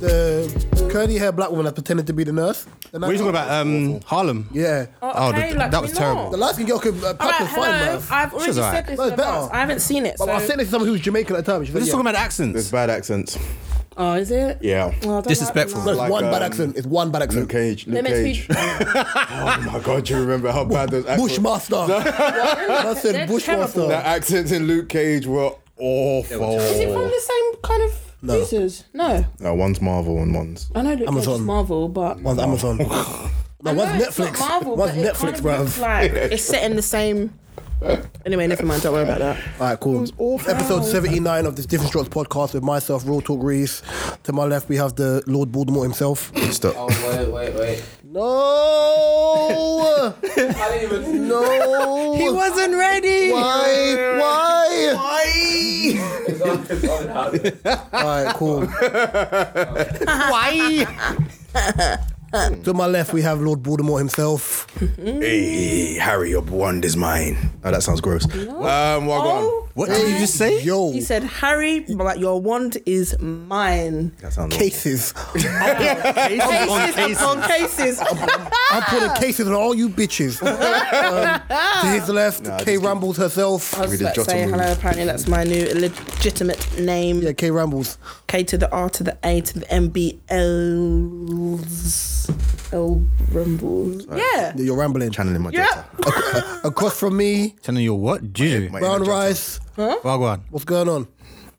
Mm. curly hair black woman that pretended to be the nurse. The What are you talking about? Um, Harlem. Yeah. Oh, the- Okay, like, that we was not. terrible. The light skin girl could uh, All right, was fine, hello. bruv. I've already She's said alright. this That's in the better. past. I haven't seen it. But I so- sent it to someone who was Jamaican at the time. She We're was just like, talking yeah. about accents. It's bad accents. oh, is it? Yeah. Oh, I don't like Disrespectful. that. No, it's like, one bad um, accent. It's one bad Luke accent. Cage. They're Luke meant to be- Cage. oh my god, do you remember how bad those accents Bushmaster. I They're said Bushmaster. terrible. The accents in Luke Cage were awful. Is it from the same kind of producers? No. no, one's Marvel and one's. I know Luke Cage is Amazon. Marvel, but One's Amazon. I No, know one's it's not Netflix. Marvel, one's but it Netflix, kind of bruv. looks like it's set in the same. Anyway, never mind. Don't worry about that. All right, cool. Episode 79 of this Different Strokes podcast with myself, Real Talk Reese. To my left, we have the Lord Baltimore himself. Stop. Oh, wait, wait, wait. No! I didn't even. no! He wasn't ready. Why? Why? Why? It's on, it's on now. All right, cool. Why? to my left, we have Lord Baltimore himself. Hey, Harry, your wand is mine. Oh, that sounds gross. Um, well, go on. Oh, What did you just say? Yo, he said, "Harry, but your wand is mine." That sounds cases. Cases on Cases cases. upon cases. I'm putting cases on all you bitches. um, to his left, just Kay keep- Rambles herself. I was We just did about to jot say them. hello. Apparently, that's my new legitimate name. Yeah, Kay Rambles. K to the R to the A to the M B L L rumbles. Yeah. You're rambling. Channeling my Yeah. Jetta. Across from me, Telling you what? Juju. My brown inner Jetta. rice. Well, go on. What's going on?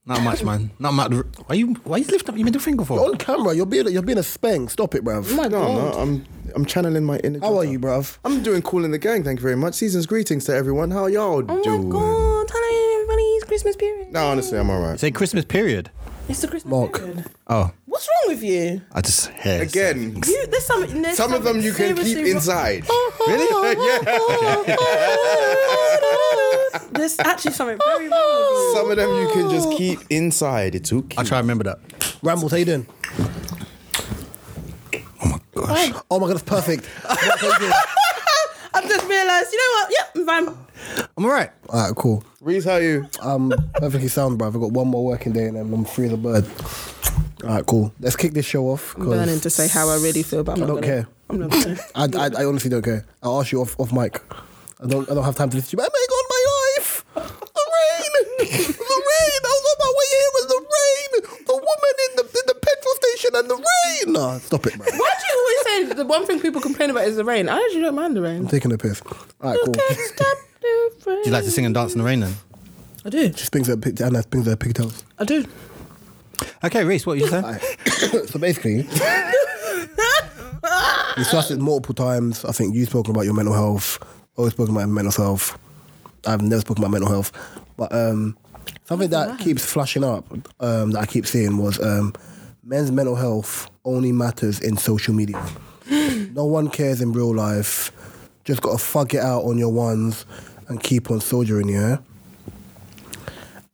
Not much, man. Not much. Why you? Why you lifting up your middle finger for? On camera, you're being you're being a spang. Stop it, bruv. Oh my No, god. no, I'm I'm channeling my inner. How are Jetta. you, bruv? I'm doing cool in the gang. Thank you very much. Season's greetings to everyone. How y'all Oh doing? my god. Hello, everybody. It's Christmas period. No, honestly, I'm alright. Say Christmas period. It's the Christmas Mark. period. Oh, What's wrong with you? I just hear Again, You, there's some, there's some of them you can keep seriously wrong- inside. There's actually something very wrong with you. Some of them you can just keep inside. It's okay. I try to remember that. Rambles, how you doing? Oh my gosh. Oh my god, it's perfect. I've just realised, you know what? Yep, I'm fine. I'm alright. All right, cool. Reese, how you? I'm perfectly sound, bruv. I've got one more working day and then I'm free as a bird. All right, cool. Let's kick this show off. 'cause burning to say how I really feel, but I'm I not don't gonna, care. I'm not gonna. I, I, I honestly don't care. I'll ask you off, off mic. I don't I don't have time to listen to you. I make on my life. The rain. The rain. I was on my way here with the rain. The woman in the in the petrol station and the rain. Nah, stop it, man. Why do you always say the one thing people complain about is the rain? I actually don't mind the rain. I'm taking a piss. All right, You cool. can't stop the rain. Do you like to sing and dance in the rain then? I do. She spins her pig- Anna spins her pigtails. I do. Okay, Reese, what are you saying? so basically, discussed it multiple times. I think you've spoken about your mental health. Always spoken about mental health. I've never spoken about mental health, but um, something that keeps flashing up um, that I keep seeing was um, men's mental health only matters in social media. no one cares in real life. Just gotta fuck it out on your ones and keep on soldiering, yeah.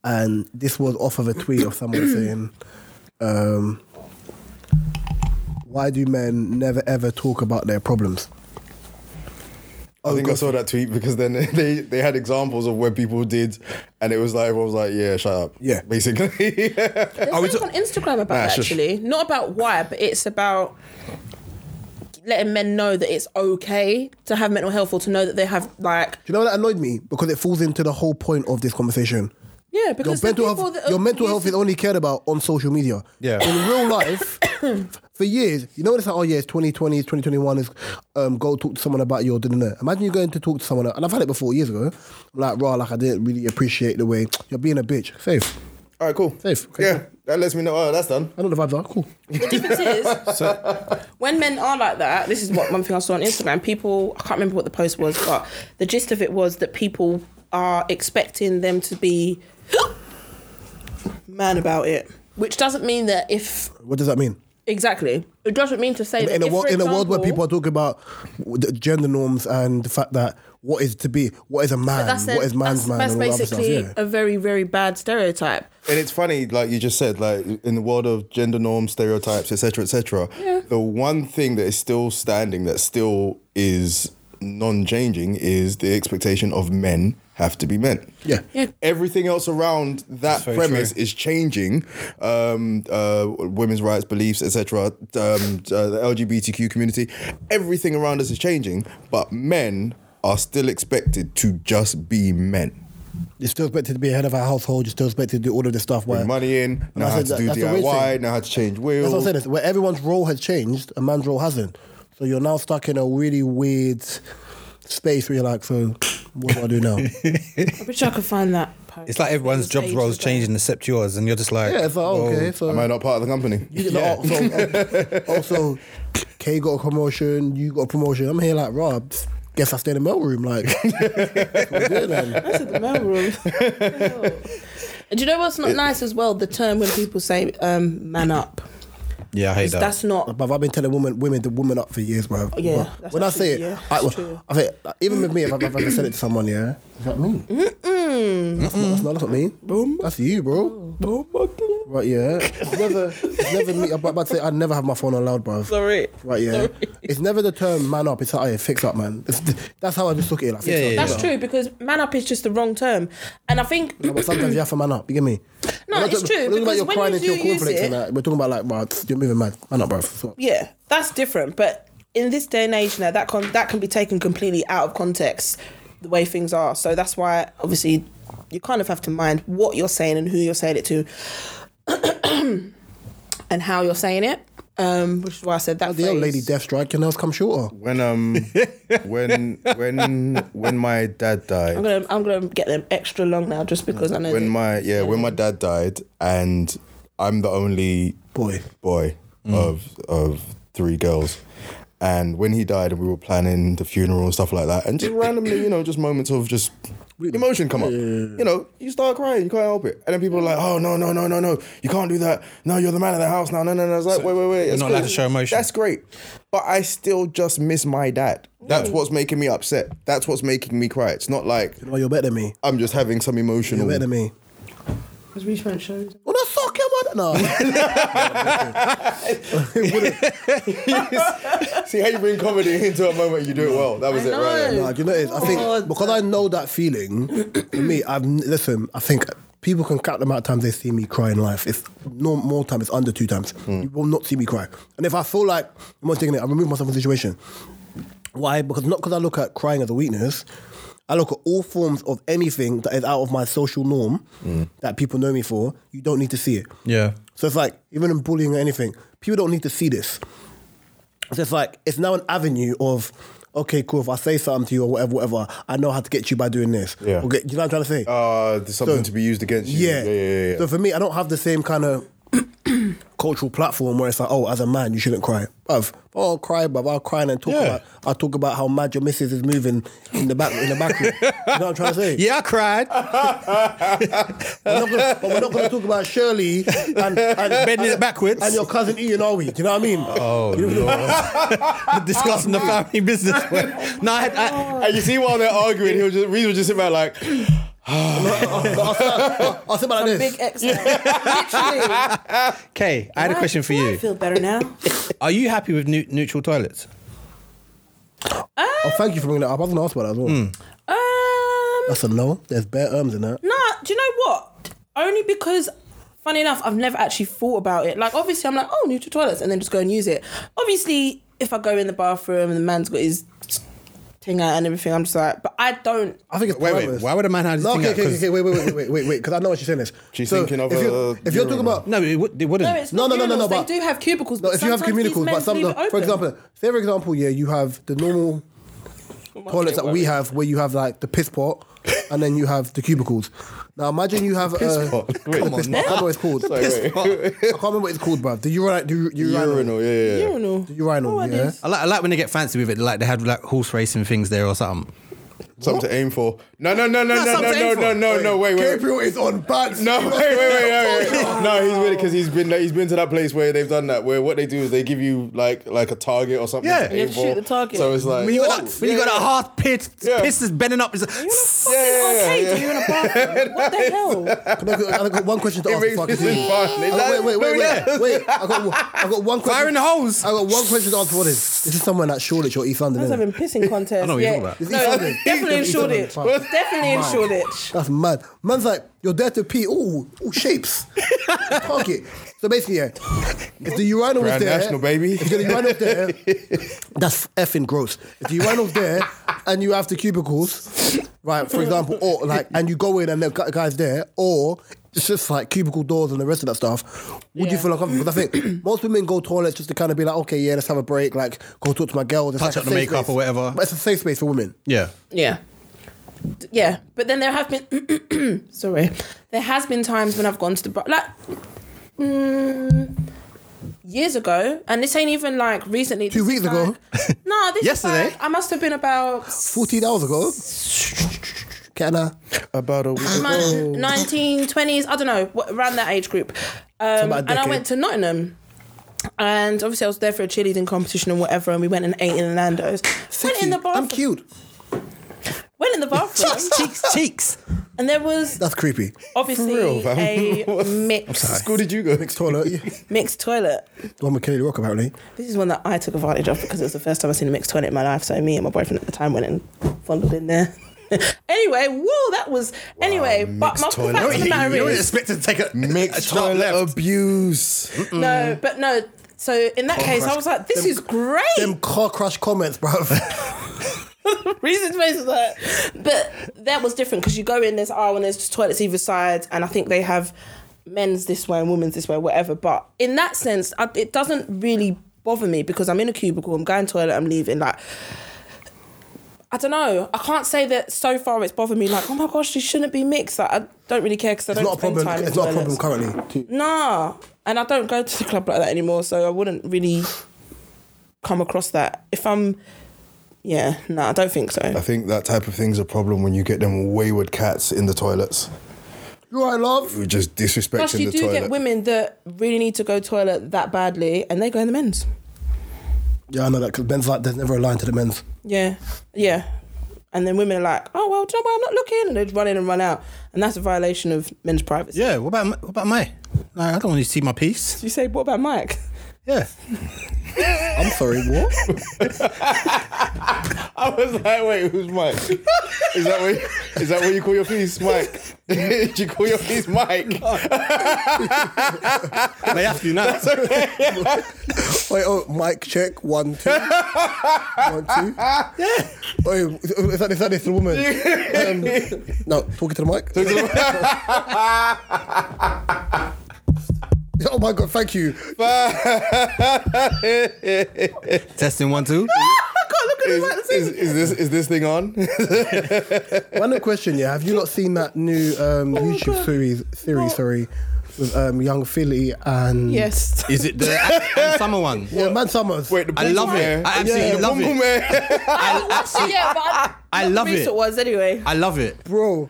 And this was off of a tweet of someone saying why do men never ever talk about their problems? I think I saw that tweet because then they, they had examples of where people did, and it was like everyone was like, "Yeah, shut up." Yeah. basically. There's something on Instagram about Ah, Nah, that, shush. actually. Not about why, but it's about letting men know that it's okay to have mental health or to know that they have like Do you know that annoyed me? Because it falls into the whole point of this conversation. yeah Your because the mental, people health, that are your mental health is using- only cared about on social media. Yeah. In real life, for years, you know, it's like, oh, yeah, it's 2020, it's 2021, is um, go talk to someone about your dinner. Imagine you going to talk to someone, and I've had it before years ago, like, raw, like, I didn't really appreciate the way you're being a bitch. Safe. All right, cool. Safe. Okay. Yeah, that lets me know. Oh, that's done. I know the vibes are cool. the difference is when men are like that this is what one thing i saw on instagram people i can't remember what the post was but the gist of it was that people are expecting them to be man about it which doesn't mean that if What does that mean? exactly it doesn't mean to say that in a if, world for in a world where people example- are talking about the gender norms and the fact that what is to be, what is a man, that's a- what is man's that's, man, that's and all that other stuff. basically Yeah. a very very bad stereotype And it's funny, like you just said, like in the world of gender norms, stereotypes, etc., etc. The one thing that is still standing, that still is non-changing is the expectation of men have to be men. Yeah. Yeah. Everything else around that very premise true. is changing. Um, uh, women's rights, beliefs, etc. Um, uh, the LGBTQ community, everything around us is changing, but men are still expected to just be men. You're still expected to be head of our household. You're still expected to do all of this stuff. Where Bring money in, And I now how said to that- do that's the weird DIY, thing. now how to change wheels. That's what I'm saying. It's where everyone's role has changed, a man's role hasn't. So you're now stuck in a really weird space where you're like, so what do I do now? yeah, I wish I could find that. post. It's like everyone's It was job ages roles ago. changing except yours, and you're just like, oh, it's like, oh, whoa. okay, so. Am I not part of the company? you get the- also, um, also, Kay got a promotion, you got a promotion. I'm here like, Rob, guess I stay in the mail room. Like, we're good, man. That's at the mailroom. and do you know what's not nice as well? The term when people say um, "man up," Yeah, I hate 'Cause that. that's not. But I've been telling women, women, the woman up for years, bro. Oh, Yeah, Bruv. that's when I say it, actually- yeah, I, that's true. I think like, even with me, if I've ever said it to someone, yeah, is that me? That's not, that's not that's not me. That's you, Oh, bro. Right, yeah. It's never, it's never me. I'm about to say I never have my phone on loud, bro. Sorry. Right, yeah. It's never the term man up. It's like, hey, fix up, man. It's, that's how I just look at it. Like, fix Yeah, up. yeah, bro. That's true because man up is just the wrong term, and I think No, but sometimes you have to man up. You get me? No, We're not it's talking- we're true, talking about because you're when crying you into do your cornflakes use and it- that. We're talking about like, bro, you're moving mad. Man up, bro. yeah, that's different. But in this day and age now, that con- that can be taken completely out of context, the way things are. So that's why obviously you kind of have to mind what you're saying and who you're saying it to, and how you're saying it. Um, which is why I said that. The old phrase. lady death strike can else come shorter. When um when when when my dad died. I'm gonna I'm gonna get them extra long now just because I know. when that- my yeah when my dad died and I'm the only Boy. boy Mm. of of three girls and when he died and we were planning the funeral and stuff like that and just randomly you know just moments of just emotion come up you know you start crying you can't help it and then people are like oh no no no no no you can't do that no you're the man of the house now no no no it's like wait wait wait you're it's not allowed to show emotion. that's great but I still just miss my dad that's what's making me upset that's what's making me cry it's not like Oh, you're better than me. I'm just having some You're emotional better than me. Well, that's fucking what? No. See how you bring comedy into a moment, you do it well. That was I it, right? there. know. no, do you know what it is? I think God. because I know that feeling, for me, I've n- listen, I think people can count the amount of times they see me cry in life. It's no more time, it's under two times. You will not see me cry. And if I feel like I'm not taking it, I remove myself from the situation. Why? Because not because I look at crying as a weakness. I look at all forms of anything that is out of my social norm that people know me for. You don't need to see it. yeah. So it's like, even in bullying or anything, people don't need to see this. So it's like, it's now an avenue of, okay, cool, if I say something to you or whatever, whatever, I know how to get you by doing this. Yeah. Or get- you know what I'm trying to say? Uh, there's something So- to be used against you. yeah. yeah, yeah. yeah. So for me, I don't have the same kind of cultural platform where it's like, oh, as a man, you shouldn't cry. Bruv, oh, I'll cry, bruv. I'll cry and then talk Yeah. about, I'll talk about how mad your missus is moving in the back, in the back room. you know what I'm trying to say? Yeah, I cried. We're not gonna, but we're not going to talk about Shirley and, and Bending it backwards. and your cousin Ian, are we? Do you know what I mean? Oh, discussing the family business. no, I had, I, and you see while they're arguing, he'll just Reed will just sit back like, I'll say about like this. big X. Literally. Kay, I had a question for I you. feel better now. Are you happy with nu- neutral toilets? Oh, thank you for bringing that up. I was going to ask about that as well. Um. That's a no. There's bare erms in that. Nah, do you know what? Only because, funny enough, I've never actually thought about it. Like, obviously, I'm like, oh, neutral toilets, and then just go and use it. Obviously, if I go in the bathroom and the man's got his thing out and everything, I'm just like, but I don't. I think it's Wait, wait, parameters. why would a man have his no, thing okay, out? okay, 'Cause- okay, wait, wait, wait, wait, wait, wait, because I know what she's saying this. She's thinking of if a you're, if you're talking urinal. about No, it, would, it wouldn't. No, it's No, not no, no, no, no, urinals. They but- do have cubicles. no, but if you have sometimes these communicals, men but some, leave no, it open. for example, say for example, yeah, you have the normal Oh toilets that we have where you have like the piss pot and then you have the cubicles. Now imagine you have Piss uh, pot? Wait, the come piss on, pot. I don't know what it's called. Sorry, wait. I can't remember what it's called, bruv. The urinal, the, ur- urinal, urinal, yeah, yeah, yeah. urinal. the urinal, Oh, I yeah. did. I like, I like when they get fancy with it. Like they had like horse racing things there or something. Something to aim for. No, no, no, no, no, something no, to aim no, for. no, no, no. Wait, wait. Gabriel is on bad. No, wait, wait, wait, wait, wait. No, he's been because he's been he's been to that place where they've done that. Where what they do is they give you like like a target or something. Yeah. to You aim have to shoot for. the target. So it's like When you Oh, got that, when yeah, you got yeah. that hard pit, Yeah. piston's bending up. It's like, Yeah, yeah, yeah, Arcade, yeah. are you in a bathroom? What the hell? I've got, I've got one question to It ask. makes the this fuckers. fun. They I got- like- wait, wait, wait, wait, no, yeah. wait. I got, I got one question. Fire in the hose. I got one question to answer for this. This is someone at Shoreditch or East London. I was innit? having pissing contest. I know what you're yeah. talking It's about. East No, London. definitely in East London, Shoreditch. fine. Definitely in Shoreditch. That's mad. Man's like, you're there to pee. Ooh, ooh shapes. Park it. So basically, yeah. If the urinal was Grand there, National, baby. If the urinal's there, that's effing gross. If the urinal's there and you have the cubicles, right? For example, or like, and you go in and the gu- guy's there, or it's just like cubicle doors and the rest of that stuff. Would you Yeah. feel uncomfortable? 'Cause I think most women go toilets just to kind of be like, okay, yeah, let's have a break, like go talk to my girl, It's Touch like a up the safe makeup space. or whatever. But it's a safe space for women. yeah. Yeah. D- Yeah, but then there have been sorry, there has been times when I've gone to the bar like mm, years ago, and this ain't even like recently. Two this is weeks ago? like- no, this Yesterday? Is like, I must have been about s- 14 hours ago. Can I? About a week Oh. ago. 19, 20s, I don't know, wh- around that age group. Um, about a and I decade. went to Nottingham. And obviously, I was there for a cheerleading competition and whatever, and we went and ate in Nando's. Went in the bathroom. I'm cute. Went in the bathroom, Cheeks, cheeks. and there was That's creepy. obviously real, fam. a What? mix. School did you go? Mixed toilet. Yeah. mixed toilet. The one with Kelly Rock, apparently. This is one that I took advantage of because it was the first time I've seen a mixed toilet in my life. So me and my boyfriend at the time went and fondled in there. anyway, whoa, that was anyway. But my mixed toilet. fact of the You You matter don't is expect to take a a Mixed top toilet left. abuse. no, Mm. but no. So in that case, I was like, this is great. Them car crash comments, bruv. Reasons faces like, but that was different because you go in, there's aisle and there's just toilets either side, and I think they have men's this way and women's this way, whatever. But in that sense, I, it doesn't really bother me because I'm in a cubicle, I'm going to toilet, I'm leaving. Like, I don't know. I can't say that so far it's bothered me. Like, oh my gosh, you shouldn't be mixed. Like, I don't really care because I It's don't not a spend problem. time. in It's not a problem toilets. currently. Nah, and I don't go to the club like that anymore, so I wouldn't really come across that. If I'm, yeah, no, I don't think so. I think that type of thing's a problem when you get them wayward cats in the toilets You alright, love? who just disrespecting Plus, you the do toilet. get women that really need to go toilet that badly, and they go in the men's. Yeah, I know that because men's like, there's never a line to the men's. Yeah, yeah. And then women are like, "Oh well, do you know what? I'm not looking," and they just run in and run out, and that's a violation of men's privacy. Yeah. What about what about May? Like, I don't want to see my piece. You say, "What about Mike?" Yeah. I'm sorry, what? I was like, wait, who's Mike? Is that what, is that what you call your piece, Mike? Did you call your piece Mike? They have to now. Wait, oh, mic check. One, two. One, two. Yeah. Wait, is that, is that this woman? um, no, talking to the mic. oh my god, thank you. Testing one two. Is, is, is this is this thing on? One question, yeah. Have you not seen that new um, YouTube Oh, God. series, series sorry, with um, young Philly and. Yes. Is it the Adam Summer one? Yeah, Man Summers. Wait, the I love Bumble Man. it. I absolutely the love it. Bumble Man. I absolutely. yeah, but I, I love it. It was anyway. I love it. bro,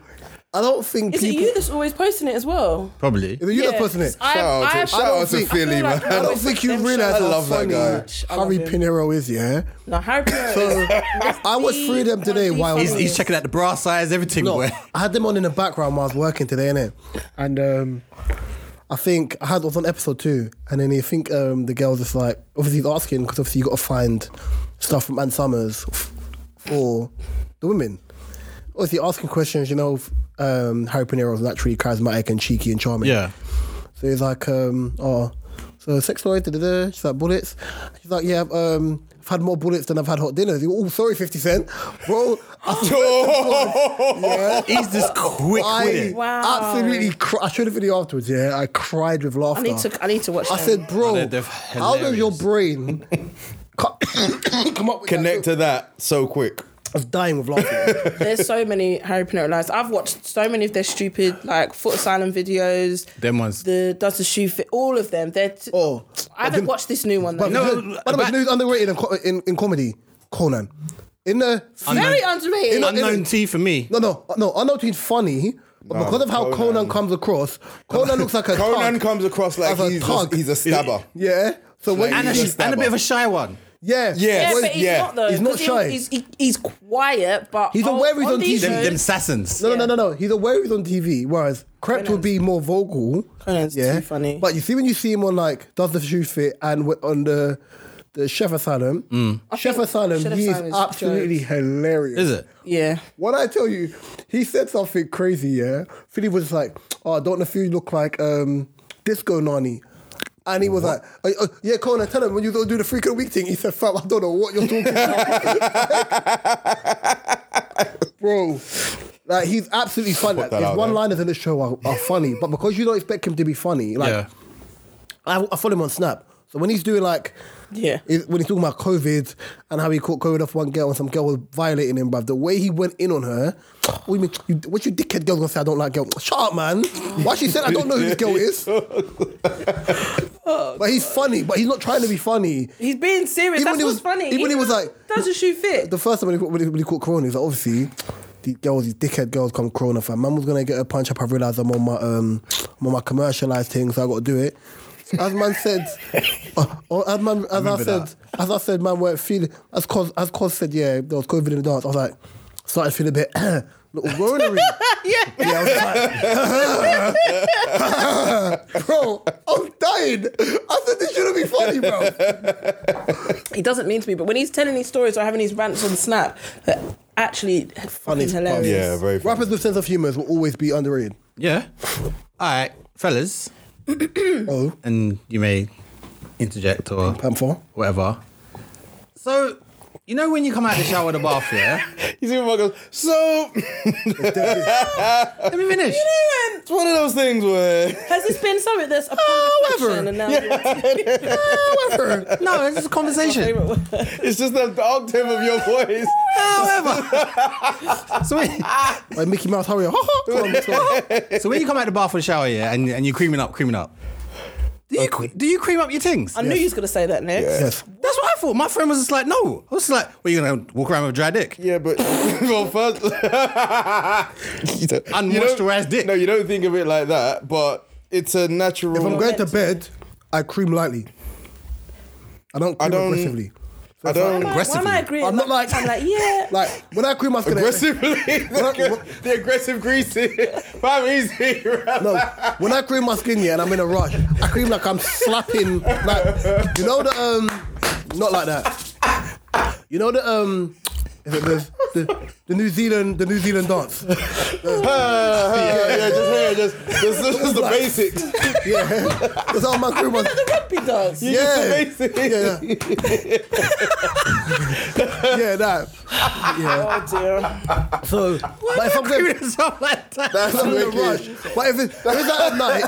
I don't think Is it people. you that's always posting it as well? Probably. Is it you Yeah. that's posting it? I- Shout out to- I- shout out to I feel Philly, like man. I don't always think you them realize I how shout-outs. love that funny guy. I love Harry him. Pinero is, yeah? No, Harry. So, I was through them today while- He's, he's checking out the bra size, everything. No, Where I had them on in the background while I was working today, innit? And um, I think I had I was on episode two, and then you think um, the girl was just like, obviously he's asking because obviously you got to find stuff from Ann Summers f- for the women. Obviously asking questions, you know. f- Um, Harry Pinero was naturally charismatic and cheeky and charming. Yeah. So he's like, um, oh, so sex toys, da da da. She's like, bullets. She's like, yeah, I've, um, I've had more bullets than I've had hot dinners. Oh, sorry, 50 Cent. Bro, I yeah. He's just quick with I it. Wow. absolutely cri- I showed a video afterwards, yeah. I cried with laughter. I need to. I need to watch. I them. said, Oh, bro, they're- they're how does your brain co- come up with Connect That? to that so quick. I was dying with laughter. There's so many Harry Pinero lines. I've watched so many of their stupid like foot asylum videos. Them ones. The does the shoe fit? All of them. They're. T- Oh, I haven't watched this new one though. But No, no, one of the but- most underrated in, co- in, in comedy, Conan. in the Very Unknown- underrated. In- Unknown T for me. no no no I know he's funny, but No, because of how Conan, Conan comes across, Conan looks like a Conan thug. comes across like As a he's thug. a, he's a stabber. yeah. So when And a, He's a and a bit of stabber. a shy one. yeah Yeah, yeah, when- but he's yeah. not though. He's not 'cause he- shy. He's, he, he's quiet, but He's aware he's on these TV. Them, shows- them assassins. No, no, no, no, no. He's aware he's on TV, whereas Krept would be more vocal. Conan's too funny. But you see when you see him on like Does the Shoe Fit and wi- on the the Chef Asylum, Chef Mm. think Asylum, Chef he is Asylum is absolutely hilarious. Is it? yeah. When I tell you, he said something crazy, yeah? Philly was just like, oh, don't the food look like um, Disco Nani? And he was like, oh, oh, yeah, Conan, tell him when you go do the freak of the week thing. He said, fam, I don't know what you're talking about. Bro. Like, he's absolutely funny. that His out there. one liners in the show are, are funny, but because you don't expect him to be funny, like, yeah. I, I follow him on Snap. So when he's doing like, Yeah. is- when he's talking about COVID and how he caught COVID off one girl and some girl was violating him, bruv, the way he went in on her, what you mean, you, what you dickhead girl gonna say, I don't like girls? Shut up, man. Why she said, I don't know who this girl is? but he's funny, but he's not trying to be funny. He's being serious. Even That's when he what's was- funny. even when he was like- does your shoe fit? The first time when he, caught- when he, when he caught Corona, he's like, obviously, these girls, these dickhead girls come Corona, fam. Man was gonna get a punch up, I realised I'm on my, um, I'm on my commercialised thing, so I gotta do it. As man said, oh, oh, as man, as I, remember said, that. as I said, man, weren't feeling. As cause, as cause said, yeah, there was COVID in the dance. I was like, started feeling a bit little rotary. yeah. Yeah, I was like, bro, I'm dying. I said this shouldn't be funny, bro. He doesn't mean to be, but when he's telling these stories or having these rants on Snap, they're actually Funny fucking as fuck. hilarious. Yeah, very. funny. Rappers with sense of humour will always be underrated. Yeah. All right, fellas, Oh, and you may interject or Pamphor. whatever. So, you know when you come out of the shower or the bath, yeah? You see what goes, so Let me finish. it's one of those things where Has this been something that's Oh, a However, and now However, No, it's just a conversation. it's just the, the octave of your voice. However, so when, like Mickey Mouse, hurry up. Come on, let's go. so when you come out of the bath or the shower, yeah, and, and you're creaming up, creaming up. Do you, cre- do you cream up your things? I knew you was gonna say that next. yes. That's what I thought. My friend was just like, no. I was just like, well, you're going to walk around with a dry dick. Yeah, but well, first, you don't- Unmoisturised you don't- dick. No, you don't think of it like that, but it's a If I'm natural. going to bed, I cream lightly. I don't cream I don't- aggressively. I don't Why am I agreeing? I'm not like- I'm like, yeah. Like when I cream, I skin. aggressively. What- the, what- aggressive greasy. Five easy. right? No, when I cream my skin, yeah, and I'm in a rush, I cream like I'm slapping, like you know the um, not like that. You know the um, is it the, the, the New Zealand the New Zealand dance. yeah, yeah, just here, just this, this is the Like- basics. Yeah, that's how my cream. My, Rugby does. You just Yeah. the basics. yeah, yeah, that. Yeah. Oh dear. So, but if I'm going, Creaming yourself like that. That's not wicked. a rush. But if it's, if it's at night,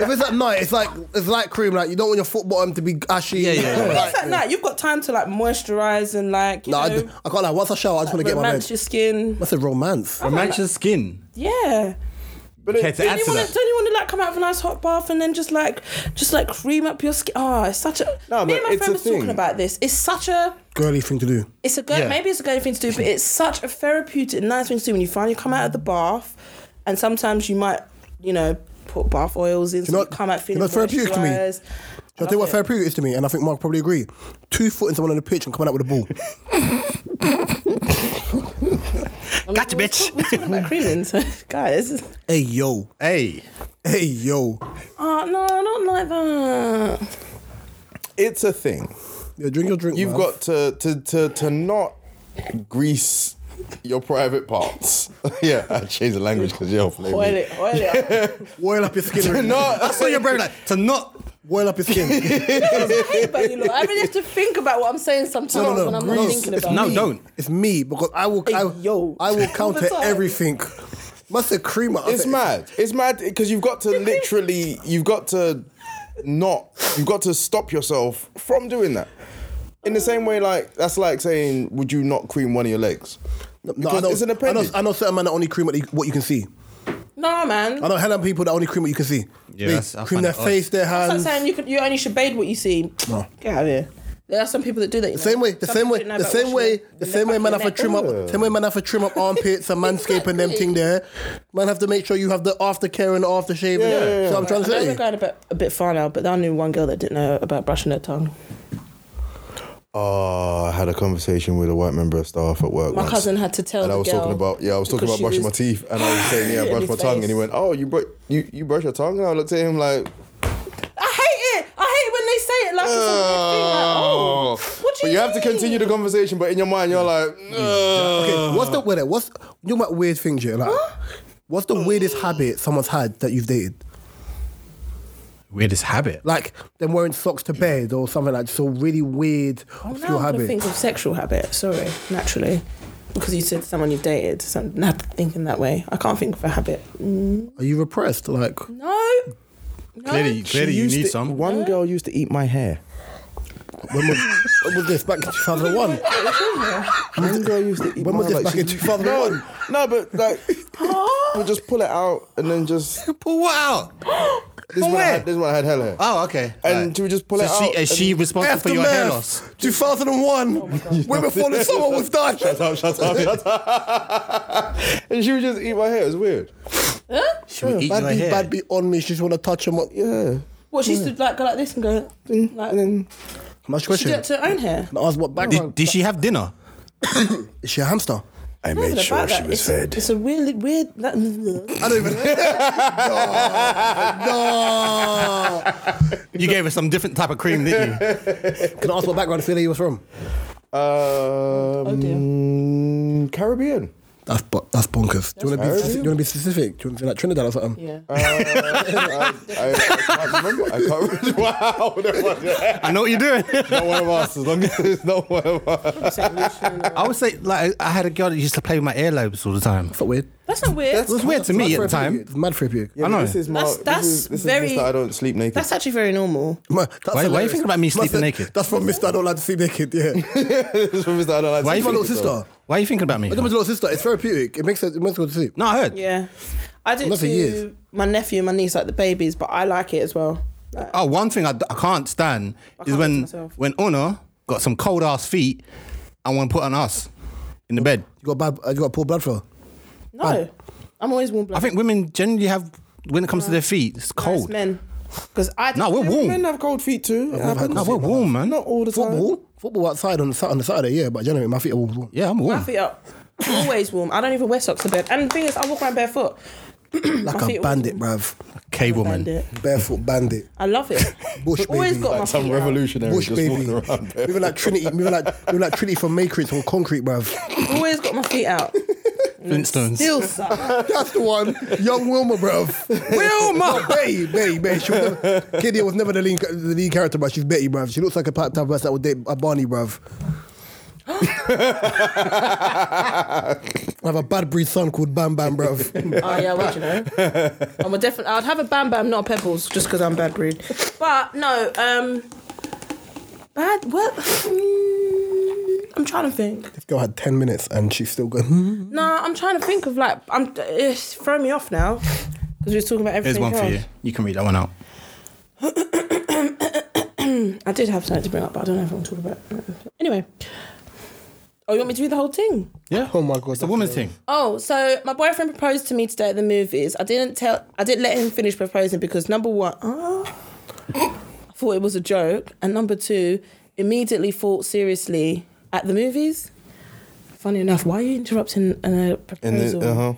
if it's at night, it's like it's like cream. Like you don't want your foot bottom to be ashy. Yeah, yeah, yeah. Like, It's at night. You've got time to like moisturize and like you no, I, know, d- I can't. Like once I shower, I just want to get in my romance Oh. bed. your skin. That's a romance. Romance your skin. Yeah. But it- Okay, to Don't add you to want that. to? Don't you want to like come out of a nice hot bath and then just like, just like cream up your skin? Oh, it's such a. No, me but and my it's friend a was thing. talking about this. It's such a. Girly thing to do. It's a good. Yeah. Maybe it's a good thing to do, but it's such a therapeutic, nice thing to do when you finally come out of the bath, and sometimes you might, you know, put bath oils in. so know You what- come out you feeling know what's therapeutic to me? moisturised. I tell you what it. therapeutic is to me, and I think Mark probably agree. Two foot in someone on the pitch and coming out with a ball. Gotcha, bitch. We're talking about creaming, so guys. hey yo, Hey. hey yo, Oh no, not like that. it's a thing. yeah, drink your drink. You've man. got to to to to not grease your private parts. yeah, I changed the language because you're Oil flaming. it, oil it. up. oil up your skin. No, I saw your brain like, to not. oil up your skin. I hate about you lot. I really have to think about what I'm saying sometimes No, no, no, when I'm grease. not thinking It's about No, it. don't. it's me because I will. I, Hey, yo. I will All the counter time. everything. Must have cream. up. I It's said, mad. It's mad because you've got to literally, you've got to not, you've got to stop yourself from doing that. In the same way, like that's like saying, would you not cream one of your legs? No, I Because know, it's an I know, appendage. I know certain men that only cream what, they, what you can see. No, man. I know hella people that only cream what you can see. they Yeah, that's- I cream find their that odd. face, their It's like hands. saying you could, you only should bathe what you see. No. Get out of here. There are some people that do that. You know? Same way, the Some same people way, don't know the about same washing way, their- the their same way. back Man of have their to trim up, neck. same way man have to trim up armpits and manscaping them thing there. Man have to make sure you have the aftercare and the aftershave. Yeah, So I'm trying to I know say, we're going a bit, a bit far now, but I knew one girl that didn't know about brushing her tongue. Oh, I had a conversation with a white member of staff at work. My once, cousin had to tell And I the was girl talking about yeah, I was talking because about she brushing was- my teeth, and I was saying yeah, I In brush his my tongue, and he face. went, oh, you br- you you brush your tongue, and I looked at him like, I hate it. I hate it when they say it like it's a weird thing. Like, oh, oh. what do but you you have to mean? continue the conversation, but in your mind you're like, no. okay, what's the with it? What's you know about weird things? Yeah, like, what's the weirdest habit someone's had that you've dated? Weirdest habit. Like them wearing socks to bed or something like so really weird Oh, now few I'm gonna think habits. of sexual habit. Sorry, naturally, because you said someone you've dated. So I'm not thinking that way. I can't think of a habit. Are you repressed? Like, No. No. Clearly, clearly you need some. One girl used to eat my hair. when was, when was this back in 2001? One girl used to eat When my was this like, back she- in 2001? No, no, but like, we just pull it out and then just Pull what out? this From one. I where? had, this one I had hell hair. Oh, okay. And Right. do we just pull so it she, out Is she and- responsible for your hair loss? 2001. when before the summer was done. Shut up! Shut up! Shut up! and she would just eat my hair. It was weird. She would eat Bad your be, hair. bad be on me. She just want to touch him up. Yeah. What she used Mm. to like go like this and go. Like, And then Much she did question. it to her own hair. I asked what back. Did, did she have dinner? Is she a hamster? I Nothing about that. it's, It's a weird, weird. That, I don't even. no, no. You gave her some different type of cream, didn't you? Can I ask what background family you was from? Oh, Um, Caribbean. That's bo- that's bonkers. Do you want to be That's specific? do you want to be specific? Do you want to be like Trinidad or something? yeah. I, Uh, I, I can't remember. I can't remember. Wow. No one, I know what you're doing. no one of us. As long as there's no one of us. I would say, like, I had a girl that used to play with my earlobes all the time. That's not weird. That's not weird. It was weird to me at the It's mad time. therapeutic. It's mad therapeutic. I know. This is my. That's- that's this is, this Is very- just that I don't sleep naked. That's actually very normal. Ma- that's why you hilarious. thinking about me Ma sleeping said, naked? That's from Mister. I don't like to see naked. Yeah, that's This is that I don't like Why to my sleep you little naked, sister. Why are you thinking about me? I don't my little sister. It's therapeutic. It makes sense. It makes sense to see. No, I heard. Yeah. I do Not for too. years. My nephew and my niece like the babies, but I like it as well. Like, Oh, one thing I, I can't stand is can't when do it myself. when Una got some cold ass feet and want to put on us in the bed. You got bad. You got poor blood flow. no, I'm always warm blooded. I think women generally have when it comes to their feet, it's cold. men, because I No, we're though. warm. Men have cold feet too. It happens. No, we're warm, man. Not all the time. Football. Football outside on the, Sat- on the Saturday. Yeah, but generally my feet are warm. Yeah, I'm my warm. feet up. I'm always warm. I don't even wear socks to bed. And the thing is, I walk around barefoot. Like feet a are bandit, bruv. K woman. Bandit. Barefoot bandit. I love it. Bush I've always baby. got my Like some feet out. revolutionary Bush just baby. walking around. bare- Moving like Trinity. Moving like moving like Trinity from Matrix on concrete, bruv. I've always got my feet out. Flintstones. Still suck. That's the one. Young Wilma, bruv. Wilma. Betty, Betty, Betty. She was never, Kidia was never the lead, the lead character, but she's Betty, bruv. She looks like a type of person that would date a Barney, bruv. I have a bad breed son called Bam Bam, bruv. Oh yeah, well, you know, I'm a definite. I'd have a Bam Bam, not a Pebbles, just because I'm bad breed. But no, um, bad. What? Mm, I'm trying to think. This girl had 10 minutes and she's still going, hmm. No, I'm trying to think of like. I'm. It's throwing me off now because we were talking about Here's everything. one for else. you. You can read that one out. I did have something to bring up, but I don't know if I'm talking about. it. Anyway. Oh, you want me to do the whole thing? Yeah. Oh my God, It's a woman's thing. Oh, so my boyfriend proposed to me today at the movies. I didn't tell. I didn't let him finish proposing because number one, ah, I thought it was a joke, and number two, immediately thought seriously at the movies. Funny enough, why are you interrupting a And proposal? the, uh-huh.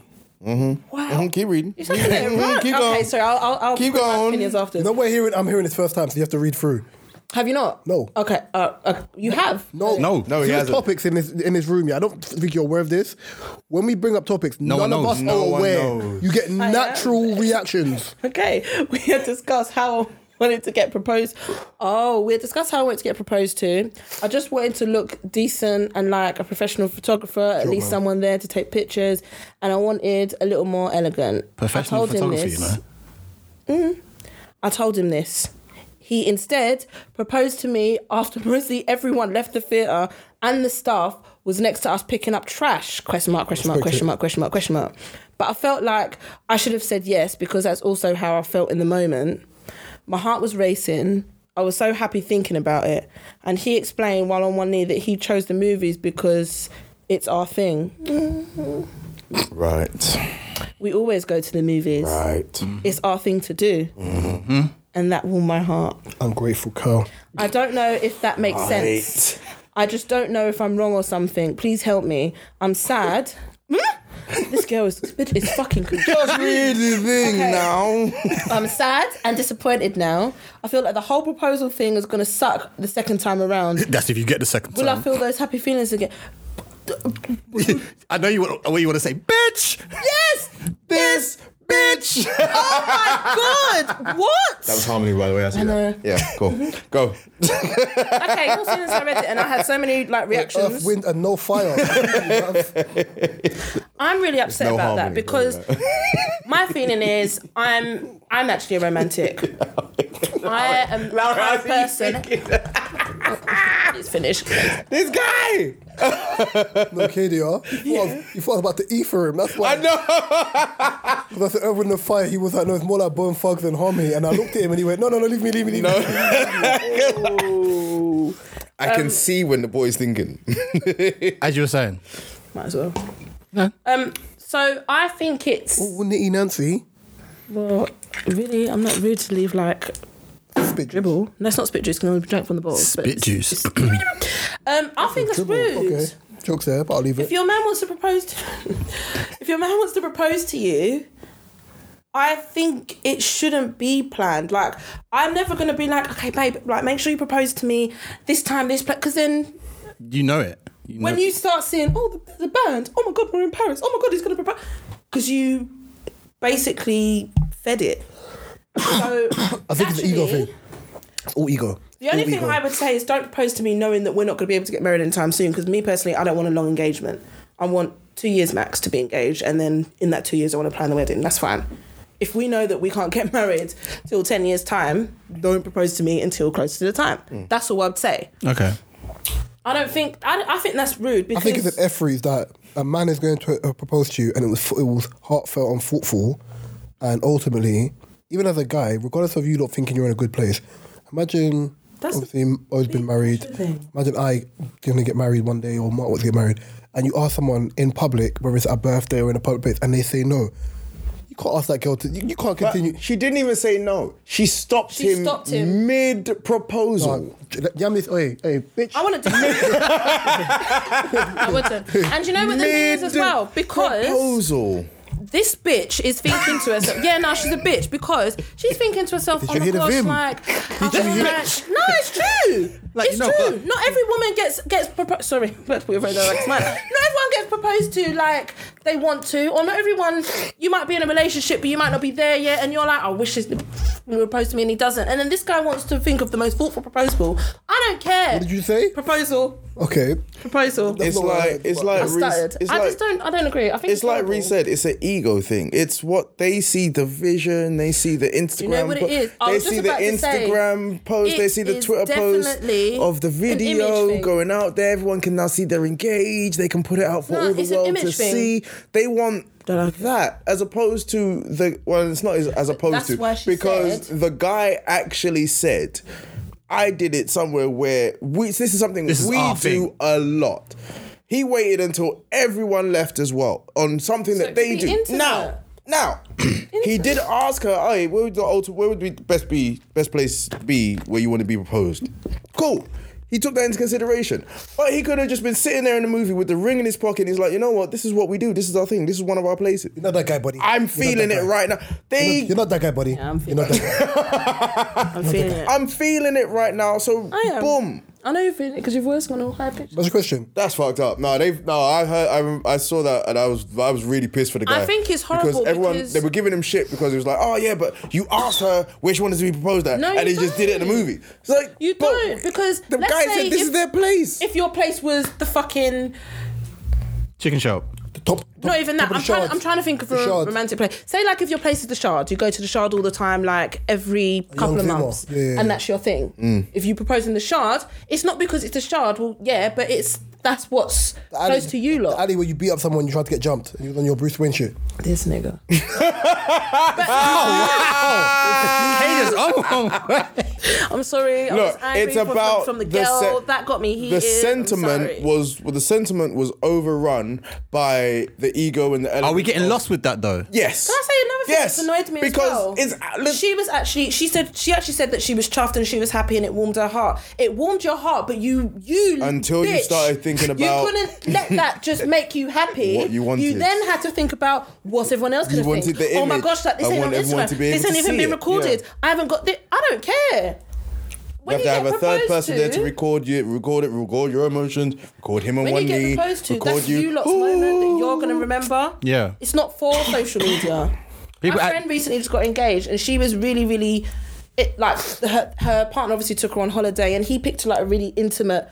Mm-hmm. Wow. Mhm, Keep reading. You're such an idiot. Keep Okay, going. sorry, I'll, I'll, I'll Keep put my going. opinions after. No, we're hearing, I'm hearing this first time, so you have to read through. Have you not? No. Okay. Uh, uh, you have. No, No. No, he Few hasn't. topics in this in this room. Yeah, I don't think you're aware of this. When we bring up topics, No none one of knows. us No are one aware. knows. You get am. natural reactions. Okay, we had discussed how I wanted to get proposed. Oh, we had discussed how I wanted to get proposed to. I just wanted to look decent and like a professional photographer, at least someone there to take pictures, and I wanted a little more elegant. I Professional told him photography, this. you know. I told him this. He instead proposed to me after mostly everyone left the theater and the staff was next to us picking up trash. Question mark, question mark, question mark, question mark, question mark. But I felt like I should have said yes because that's also how I felt in the moment. My heart was racing. I was so happy thinking about it. And he explained while on one knee that he chose the movies because it's our thing. Right. We always go to the movies. Right. Mm. It's our thing to do. And that warmed my heart. Ungrateful cow. I don't know if that makes sense. I just don't know if I'm wrong or something. Please help me. I'm sad. Hmm? this girl is, is fucking Just read the thing Okay. now. I'm sad and disappointed now. I feel like the whole proposal thing is going to suck the second time around. That's if you get the second Will I time. feel those happy feelings again? I know you want, what you want to say, bitch. Yes! This bitch. Oh my god! What? That was harmony, by the way. I see know. that. Yeah, cool. Go. okay, as soon as I read it, and I had so many like Earth, reactions. wind, and no fire. I'm really upset No about that harmony, because brother. my feeling is I'm I'm actually a romantic. I am the kind of person. it's finished. This guy. no kid, you are. You thought, I was, you thought I was about to ether him. That's why. I know. Because I said Earth, wind, and fire. He was like, no, it's more like bone thugs than harmony. And I looked at him and he went, no, no, no, leave me, leave me, leave me. I can Um, see when the boy's thinking. As you were saying. Might as well. Um. So I think it's Ooh, Nitty Nancy. well, really. I'm not rude to leave like Spit dribble. No, it's not spit juice. Can only be drank from the bottle. but Spit it's- juice. it's- um, I think that's Dribble. rude. Okay. Joke's there, but I'll leave if it. your man wants to propose to, if your man wants to propose to you i think it shouldn't be planned like i'm never going to be like okay babe like make sure you propose to me this time this place because then You know it. know- when you start seeing oh the, the band oh my god we're in paris oh my god he's going to propose because you basically fed it so I think it's an ego naturally, thing. It's all ego. the only All thing ego. I would say is don't propose to me knowing that we're not going to be able to get married anytime soon. Because me personally, I don't want a long engagement. I want two years max to be engaged, and then in that two years, I want to plan the wedding. That's fine. If we know that we can't get married till ten years time, don't propose to me until close to the time. Mm. That's all I'd say. Okay. I don't think I, I think that's rude I because think it's an F freeze that a man is going to uh, propose to you, and it was it was heartfelt and thoughtful, and ultimately, even as a guy, regardless of you not thinking you're in a good place, imagine That's obviously I've always been married. thing. Imagine I gonna get married one day, or Mark was to get married, and you ask someone in public whether it's at a birthday or in a public place, and they say no. You can't ask that girl to. You, you can't continue. she didn't even say no. She stopped She him, stopped him. mid proposal. Jam this, hey, hey, bitch. I want to. I wouldn't. And you know what the thing is as well because. proposal. this bitch is thinking to herself, yeah, no, she's a bitch because she's thinking to herself, Did oh you my hear the gosh, vim? like, I'm you hear like- it? no, it's true. Like, it's you know, true. but- Not every woman gets gets proposed. Sorry, let's put your radar like smile. Not everyone gets proposed to like they want to, or not everyone. You might be in a relationship, but you might not be there yet, and you're like, I wish this proposed to me, and he doesn't. And then this guy wants to think of the most thoughtful proposal. I don't care. What did you say? Proposal, Okay. proposal. It's not what I like heard, it's but- like I Reece- stuttered. it's I like- just don't. I don't agree. I think It's like Reese research. said, it's an ego thing. It's what they see the vision, they see the Instagram. know what it po- is? I They was just see the about to say, Instagram post, they it see the is Twitter post definitely of the an image video thing. going out there. Everyone can now see they're engaged. They can put it out for No, all the it's an world image to thing. see. They want Don't like it. that as opposed to the well, it's not as, as opposed That's to why she because said- the guy actually said. I did it somewhere where we, this is something This is we our do thing. a lot. He waited until everyone left as well on something that it they could be do intimate. now. Now, he did ask her, "Hey, where would the ulti- where would be best be best place be where you want to be proposed?" Cool. He took that into consideration, but he could have just been sitting there in the movie with the ring in his pocket. And he's like, "You know what? This is what we do. This is our thing. This is one of our places." You're not that guy, buddy. I'm You're not that feeling it guy. right now. They, You're not that guy, buddy. I'm You're not that guy. I'm feeling it. I'm feeling it right now. So, I am. boom. I know you're feeling it because your voice went all high pitched. What's your question? That's fucked up. No, they no. I heard. I, I saw that, and I was I was really pissed for the I guy. think it's horrible because everyone because- they were giving him shit because it was like, oh yeah, but you asked her where she wanted to be proposed at, No, and he you just did it in the don't. movie. It's like You but don't because The let's guy say said this if, is their place. if your place was the fucking Chicken shop. The top. not even that. Top of I'm the trying. Shard. I'm trying to think of The a Shard. romantic place. Say like if your place is the Shard, you go to the Shard all the time, like every couple of Vimmer. months, Yeah, yeah, yeah. and that's your thing. If you propose in the Shard, it's not because it's the Shard. Well, yeah, but it's that's what's alley- close to you The lot. alley where you beat up someone, you tried to get jumped, and you was on your Bruce Wayne shit. This nigga. Haters. Oh, I'm sorry. I Look, was angry it's from- from- about from the the girl sen- that got me heated. the I'm sentiment sorry. was well, the sentiment was overrun by the ego and the. Are we element getting of- lost with that though? Yes. Can I say another thing yes, that's annoyed me because as well? it's uh, look, she was actually she said she actually said that she was chuffed and she was happy and it warmed her heart. It warmed your heart, but you you Until you bitch, started thinking about- you couldn't let that just make you happy. What you wanted. You then had to think about what's everyone else You going to wanted think. the Oh my image. gosh, like this I ain't on want everyone Instagram. to be able This ain't to even see been it. recorded. Yeah. I haven't got this. I don't care. you When have to have a get third proposed person there to record you, record it, record your emotions, record him on when one you get knee, proposed to, record that's you, lot's Ooh. moment that you're gonna remember. Yeah. It's not for social media. People My act- friend recently just got engaged and she was really, really it like her, her partner obviously took her on holiday and he picked like a really intimate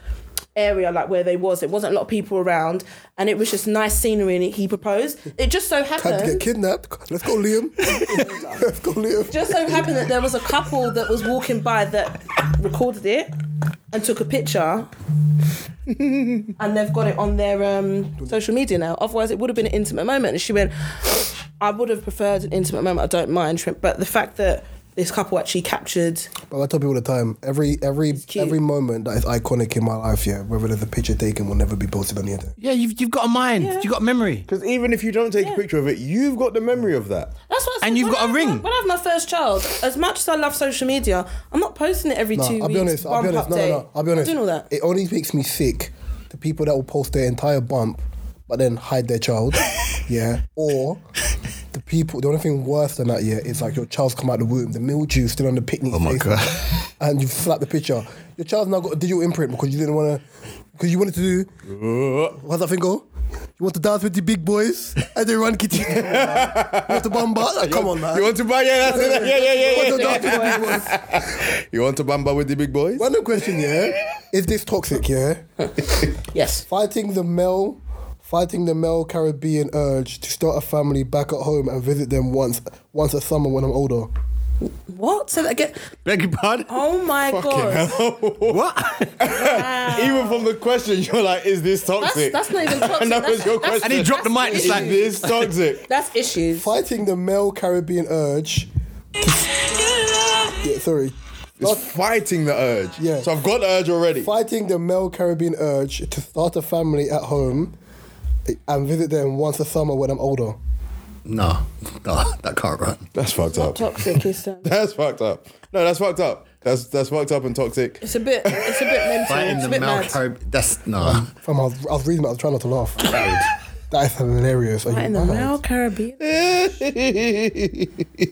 area like where they was. It wasn't a lot of people around and it was just nice scenery and he proposed. It just so Had to get happened kidnapped. Let's go, Liam. Let's go, Liam. just so happened that there was a couple that was walking by that recorded it and took a picture and they've got it on their um, social media now otherwise it would have been an intimate moment and she went i would have preferred an intimate moment i don't mind shrimp but the fact that this couple actually captured But I tell people all the time, every every cute. every moment that is iconic in my life, yeah, whether there's a picture taken, will never be posted on the internet. Yeah, you've, you've got a mind. You've got memory. Because even if you don't take Yeah. a picture of it, you've got the memory of that. that's what I said. And you've when got I a have- ring. when i have my first child as much as i love social media i'm not posting it every No, two I'll weeks be honest. I'll be bump honest. No, no, update. no. I'll be honest. I'm doing all that It only makes me sick. The people that will post their entire bump, but then hide their child. yeah. Or the people. The only thing worse than that, yeah, is like your child's come out the womb, the mildew still on the picnic. Oh my face, God. And you slap the picture. Your child's now got a digital imprint because you didn't want to. Because you wanted to do. How's that thing go? You want to dance with the big boys and they run kitty. you want to bamba? Like, come on, man. You want to buy? Yeah, that's it. Yeah, yeah, yeah, yeah. You want to dance with the big boys? You want to bamba with the big boys? Random question, yeah. Is this toxic, yeah? yes Fighting the male fighting the male Caribbean urge to start a family back at home and visit them once once a summer when I'm older. what so that again Beg your pardon? oh my god What? Even from the question, you're like, is this that's, toxic? that's not even toxic and that that's, was your that's- question. And he dropped the mic. It's Is like, this toxic? That's issues. Fighting the male Caribbean urge Yeah, sorry. It's fighting the urge. Yeah. So I've got the urge already. Fighting the male Caribbean urge to start a family at home and visit them once a summer when I'm older. no, no, that can't run. That's fucked up. Toxic is um, That's fucked up. No, that's fucked up. That's that's fucked up and toxic. it's a bit it's a bit mental. Fighting It's a the bit male mad. Caribbean. That's no. Fam, I was, I was reading that, I was trying not to laugh. that is hilarious. Are you Fighting the mad? male Caribbean.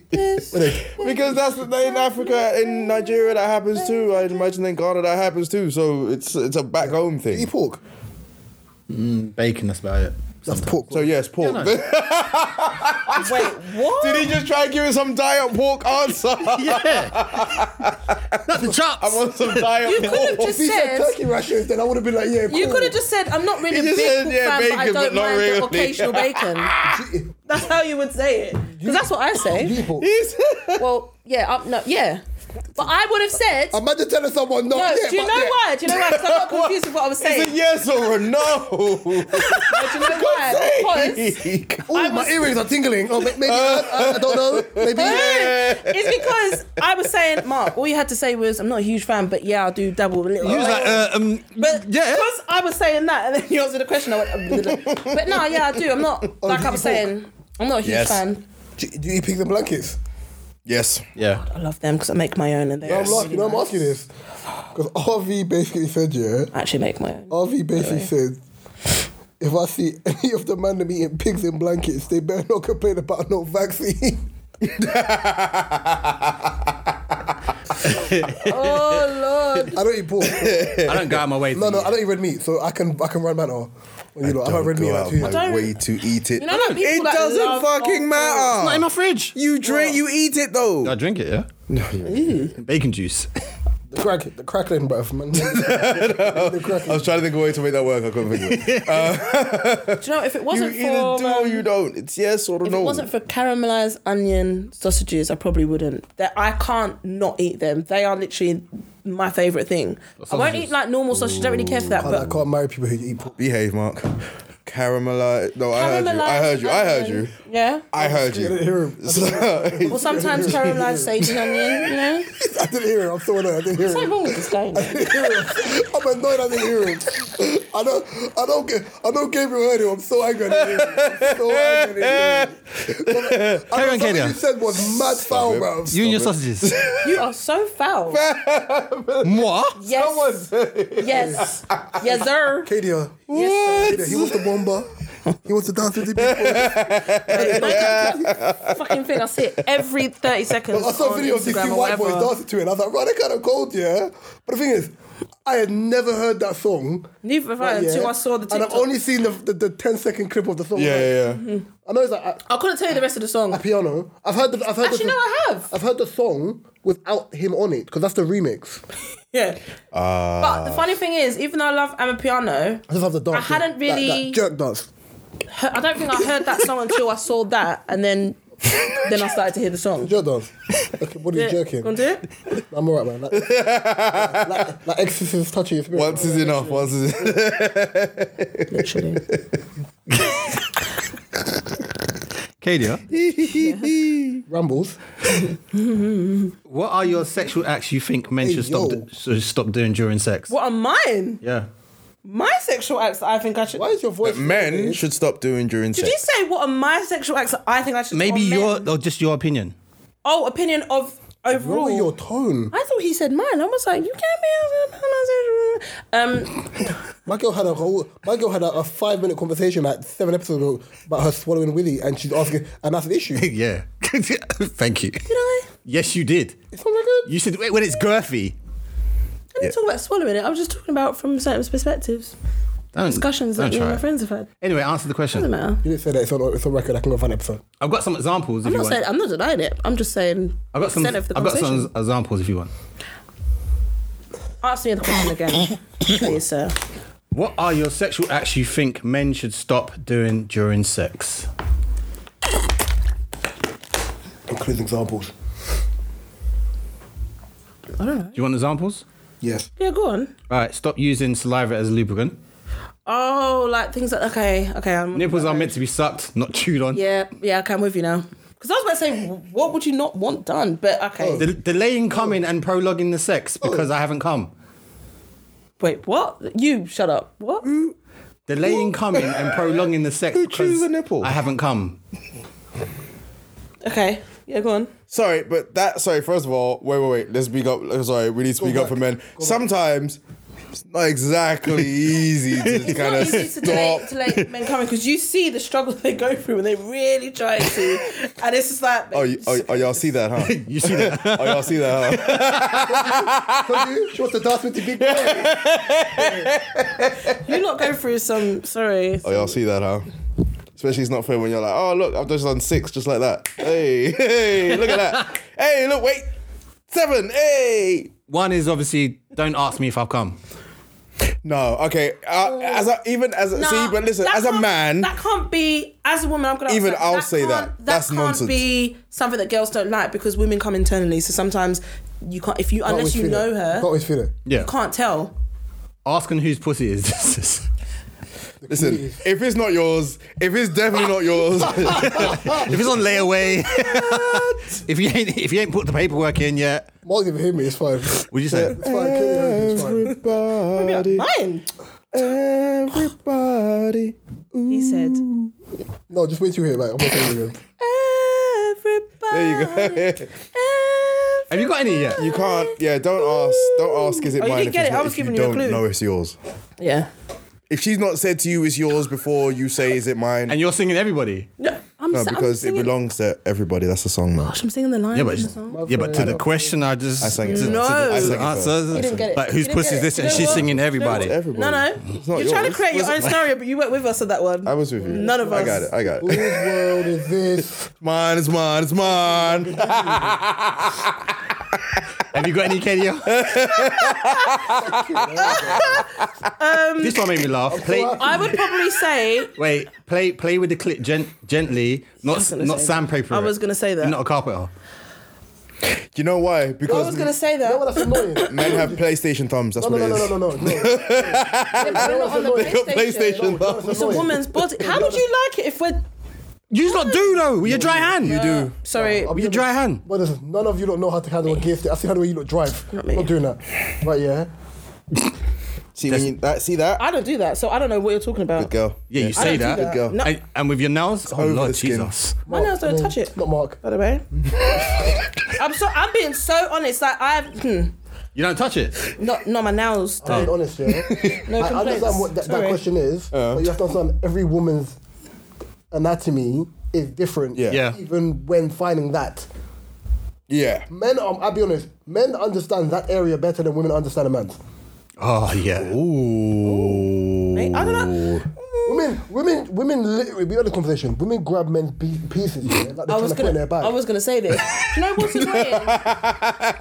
because that's the thing in Africa, in Nigeria that happens too. I imagine in Ghana that happens too. So it's it's a back home Eat thing. pork. Bacon, that's about it. That's pork. So yes, pork. Wait, what? Did he just try and give us some diet pork answer? Yeah. Not the chops. I want some diet You pork. could if have just he said said. turkey rations, then I would have been like, yeah, You cool. could have just said, "I'm not really a He big just said, pork yeah, fan, bacon, but I but don't not mind really." the occasional bacon." that's how you would say it, because that's what I say. Eat pork. Well, yeah, i no, yeah, but I would have said. Oh, Imagine telling someone no. no, yeah, do you but know yeah. why? Do you know why? Because I got confused with what I was Is it saying. yes or a no? No, do you know why? Because Oh, my earrings are tingling. Oh, ma- maybe I, I don't know. Maybe. it's because I was saying, Mark, all you had to say was, I'm not a huge fan, but yeah, I'll do double. a little." He was like, uh, um, But yeah. because I was saying that, and then you answered the question, I went. "Oh, but no, yeah, I do. I'm not Oh, like you I was saying. I'm not a huge Yes. fan. Do, do you pick the blankets? Yes. Yeah. I love them because I make my own, and they. I'm are laughing. really You know, I'm nice. asking this because RV basically said, yeah. I actually make my Oh, own. RV basically said, if I see any of the man them eating pigs in blankets, they better not complain about no vaccine. Oh lord! I don't eat pork. I don't go out my way. No, no, I don't eat red meat, so I can I can run manor. You know, I haven't red meat in like two years. don't- way to eat it. You know, like people it that doesn't love fucking pork. matter. Not in my fridge. you drink, you eat it though. I drink it, yeah. No. Bacon juice. The crack, the crackling, bruv, man. the I crackling. was trying to think of a way to make that work. I couldn't think of it. Do you know if it you wasn't either for do or um, you don't. It's yes or if no. it wasn't for caramelized onion sausages, I probably wouldn't. That I can't not eat them. They are literally my favorite thing. I won't eat like normal sausage. Don't really care for that, I but can't marry people who eat pork. Behave, Mark. caramelized. No, I heard you. I heard you. I heard you. Yeah. I heard you. didn't hear him. Or sometimes caramelized sage and onion. You know, I didn't hear him. I'm so annoyed. I didn't hear what's him. wrong with this guy? innit? I'm annoyed I didn't hear him. I know, I don't get, I know Gabriel heard him. I'm so angry I didn't hear him. I'm so angry I didn't hear him. But I Carry know on, something Kadia. you said was mad foul, it. bro. You and your sausages. You are so foul. Moi? Yes. Yes. Yes, sir. Kadia, Yes, Kadia, he wants the bomber. He wants to dance with the people. sir. That fucking thing I see it every thirty seconds. I saw on videos of these Instagram two or white boys whatever. dancing to it, and I was like, right, that kind of cold, yeah. But the thing is, I had never heard that song. Neither have I right, yeah, until I saw the And TikTok. I've only seen the, the, the 10 second clip of the song. Yeah, right? yeah, yeah. I know it's like a, I couldn't tell you the rest of the song. a piano. I've heard the. I've heard Actually, the, no, I have. I've heard the song without him on it because that's the remix. Yeah. but the funny thing is, even though I love Amapiano, I just have the dance. I hadn't yeah. That- really- that jerk dance. her- I don't think I heard that song until I saw that, and then then I started to hear the song. Jerk dance. Okay, what are you jerking? Gonna do it? I'm alright, man. Like, like, like exorcist touching your spirit. Once is enough. Once is Literally. Kadia, Rambles. what are your sexual acts you think men Hey, should stop, yo. do- should stop doing during sex? What are mine? Yeah. My sexual acts that I think I should. Why is your voice? men should stop doing during Did you sex. say what are my sexual acts that I think I should? or Maybe Oh, men? your, or just your opinion. oh opinion of overall. Lower your tone. I thought he said mine. I was like, you can't be. Um, My girl had a whole. My girl had a, a five minute conversation like seven episodes ago about her swallowing Willie, and she's asking, and that's an issue. Yeah. Thank you. did I? Yes, you did. It's not that good. You said when it's girthy. I didn't talk about swallowing it. I was just talking about from certain perspectives, Don't, discussions don't that you and try my it. friends have had. Anyway, answer the Doesn't question. matter. You didn't say that. It's on. It's on record. I can go find an episode. I've got some examples if I'm you not want. saying I'm not denying it. I'm just saying. I've got some. percent of I've the got conversation. some examples if you want. Ask me the question again, please, sir. What are your sexual acts you think men should stop doing during sex? Includes examples. Do you want examples? Yes. Yeah, go on. All right, stop using saliva as a lubricant. Oh, like things like okay, okay. I'm, Nipples are meant to be sucked, not chewed on. Yeah, yeah. Okay, I'm with you now. Because I was about to say, what would you not want done? But okay. De- delaying coming and prologuing the sex because I haven't come. Wait, what? You shut up. What? Mm. Delaying coming and prolonging the sex Who chews because a nipple? I haven't come. Okay. Yeah, go on. Sorry, but that. Sorry, first of all, wait, wait, wait. Let's speak up. Sorry, we need to speak up for men. Sometimes it's not exactly easy to kind of It's not easy to delay, stop. delay men coming because you see the struggle they go through when they really try to, and it's just like. Oh, y- oh, oh, y'all see that, huh? You see that? Oh, y'all see that, huh? Because you, she wants to dance with the big boy. You not go through some. Sorry. Oh, y'all see that, huh? Especially it's not fair when you're like, oh look, I've just done six, just like that. Hey, hey, look at that. Hey, look, wait, seven. Hey. One is obviously don't ask me if I've come. No, okay. Uh, as a, even as a, Oh. Nah, see, but listen, that as a can't- man, that can't be. As a woman, I'm gonna Even upset- I'll say that. can't- That's that can't nonsense. be something that girls don't like because women come internally. So sometimes you can't if you unless always you feel know it. her, Can't always feel it. Yeah. you can't tell. Asking whose pussy is this? listen, if it's not yours, if it's definitely not yours, Oh. if it's on layaway, if you ain't if you ain't put the paperwork in yet, Mark didn't hear me. It's fine. would you say? It's fine. Katie heard me, It's fine. everybody, Mine. everybody, He said. Mm. No, just wait till you hear. Like, I'm not saying it again. Everybody. There you go. Have you got any yet? you can't. Yeah, don't ask. Don't ask. Is it Oh, you mine? didn't if get it's it, not- I was if you giving you a don't clue. know it's yours. yeah. If she's not said to you it's yours before you say is it mine, And you're singing everybody. No, I'm no, sa- I'm because it singing- belongs to everybody. That's the song, man. Gosh, I'm singing the line. Yeah, Yeah, but yeah, but to the question, I just I sang it. to, first. No. I to sang the it first. answer, didn't get it. like You whose didn't pussy get is it. this? You And know she's what? singing everybody. You know Everybody. no, no. not You're trying to yours. create your Was- own scenario, but you weren't with us at that one. I was with you. None of I us. got it. I got Whose it. world is this? Mine is mine. It's mine. Have you got any, Kenya? Um, this one made me laugh. Play, I would probably say wait, play, play with the clip gent- gently, not was gonna not say that. sandpaper. I it. was gonna say that. You're not a carpenter. You know why? Because I was gonna say that. You know what? That's annoying. men have PlayStation thumbs. That's No, no, what no, it is. no, no, no, no. no. They put it on the They got PlayStation. No, it's It's a annoying. woman's body. How would you like it if we're You just not do though. With your dry hand. You do. sorry? I'll be With your dry hand. But listen, none of you don't know how to handle a gift. I see how the way you look drive. Not Not, me. doing that. But yeah. See when you that see that? I don't do that, so I don't know what you're talking about. Good girl. Yeah, you I say don't do that. that. girl. No, And, and with your nails. Oh over Lord the skin. Jesus. my nails don't I mean, touch it. Not Mark. By the way, I'm so I'm being so honest. Like I, hmm, You don't touch it. not not my nails. Oh, I'm being don't. honest, yeah. No I, I complaints. understand what that, that Sorry. question is, Uh-huh. but you have to understand every woman's anatomy is different. Yeah. Yeah. Even when finding that. Yeah. Men, um, I'll be honest, men understand that area better than women understand a man's. Oh yeah. Mate, I don't know. Women, women, women literally, we had a conversation. Women grab men's pe- pieces, yeah, like they're I trying was to put in gonna. their bag. I was gonna say this. Do you know what's annoying?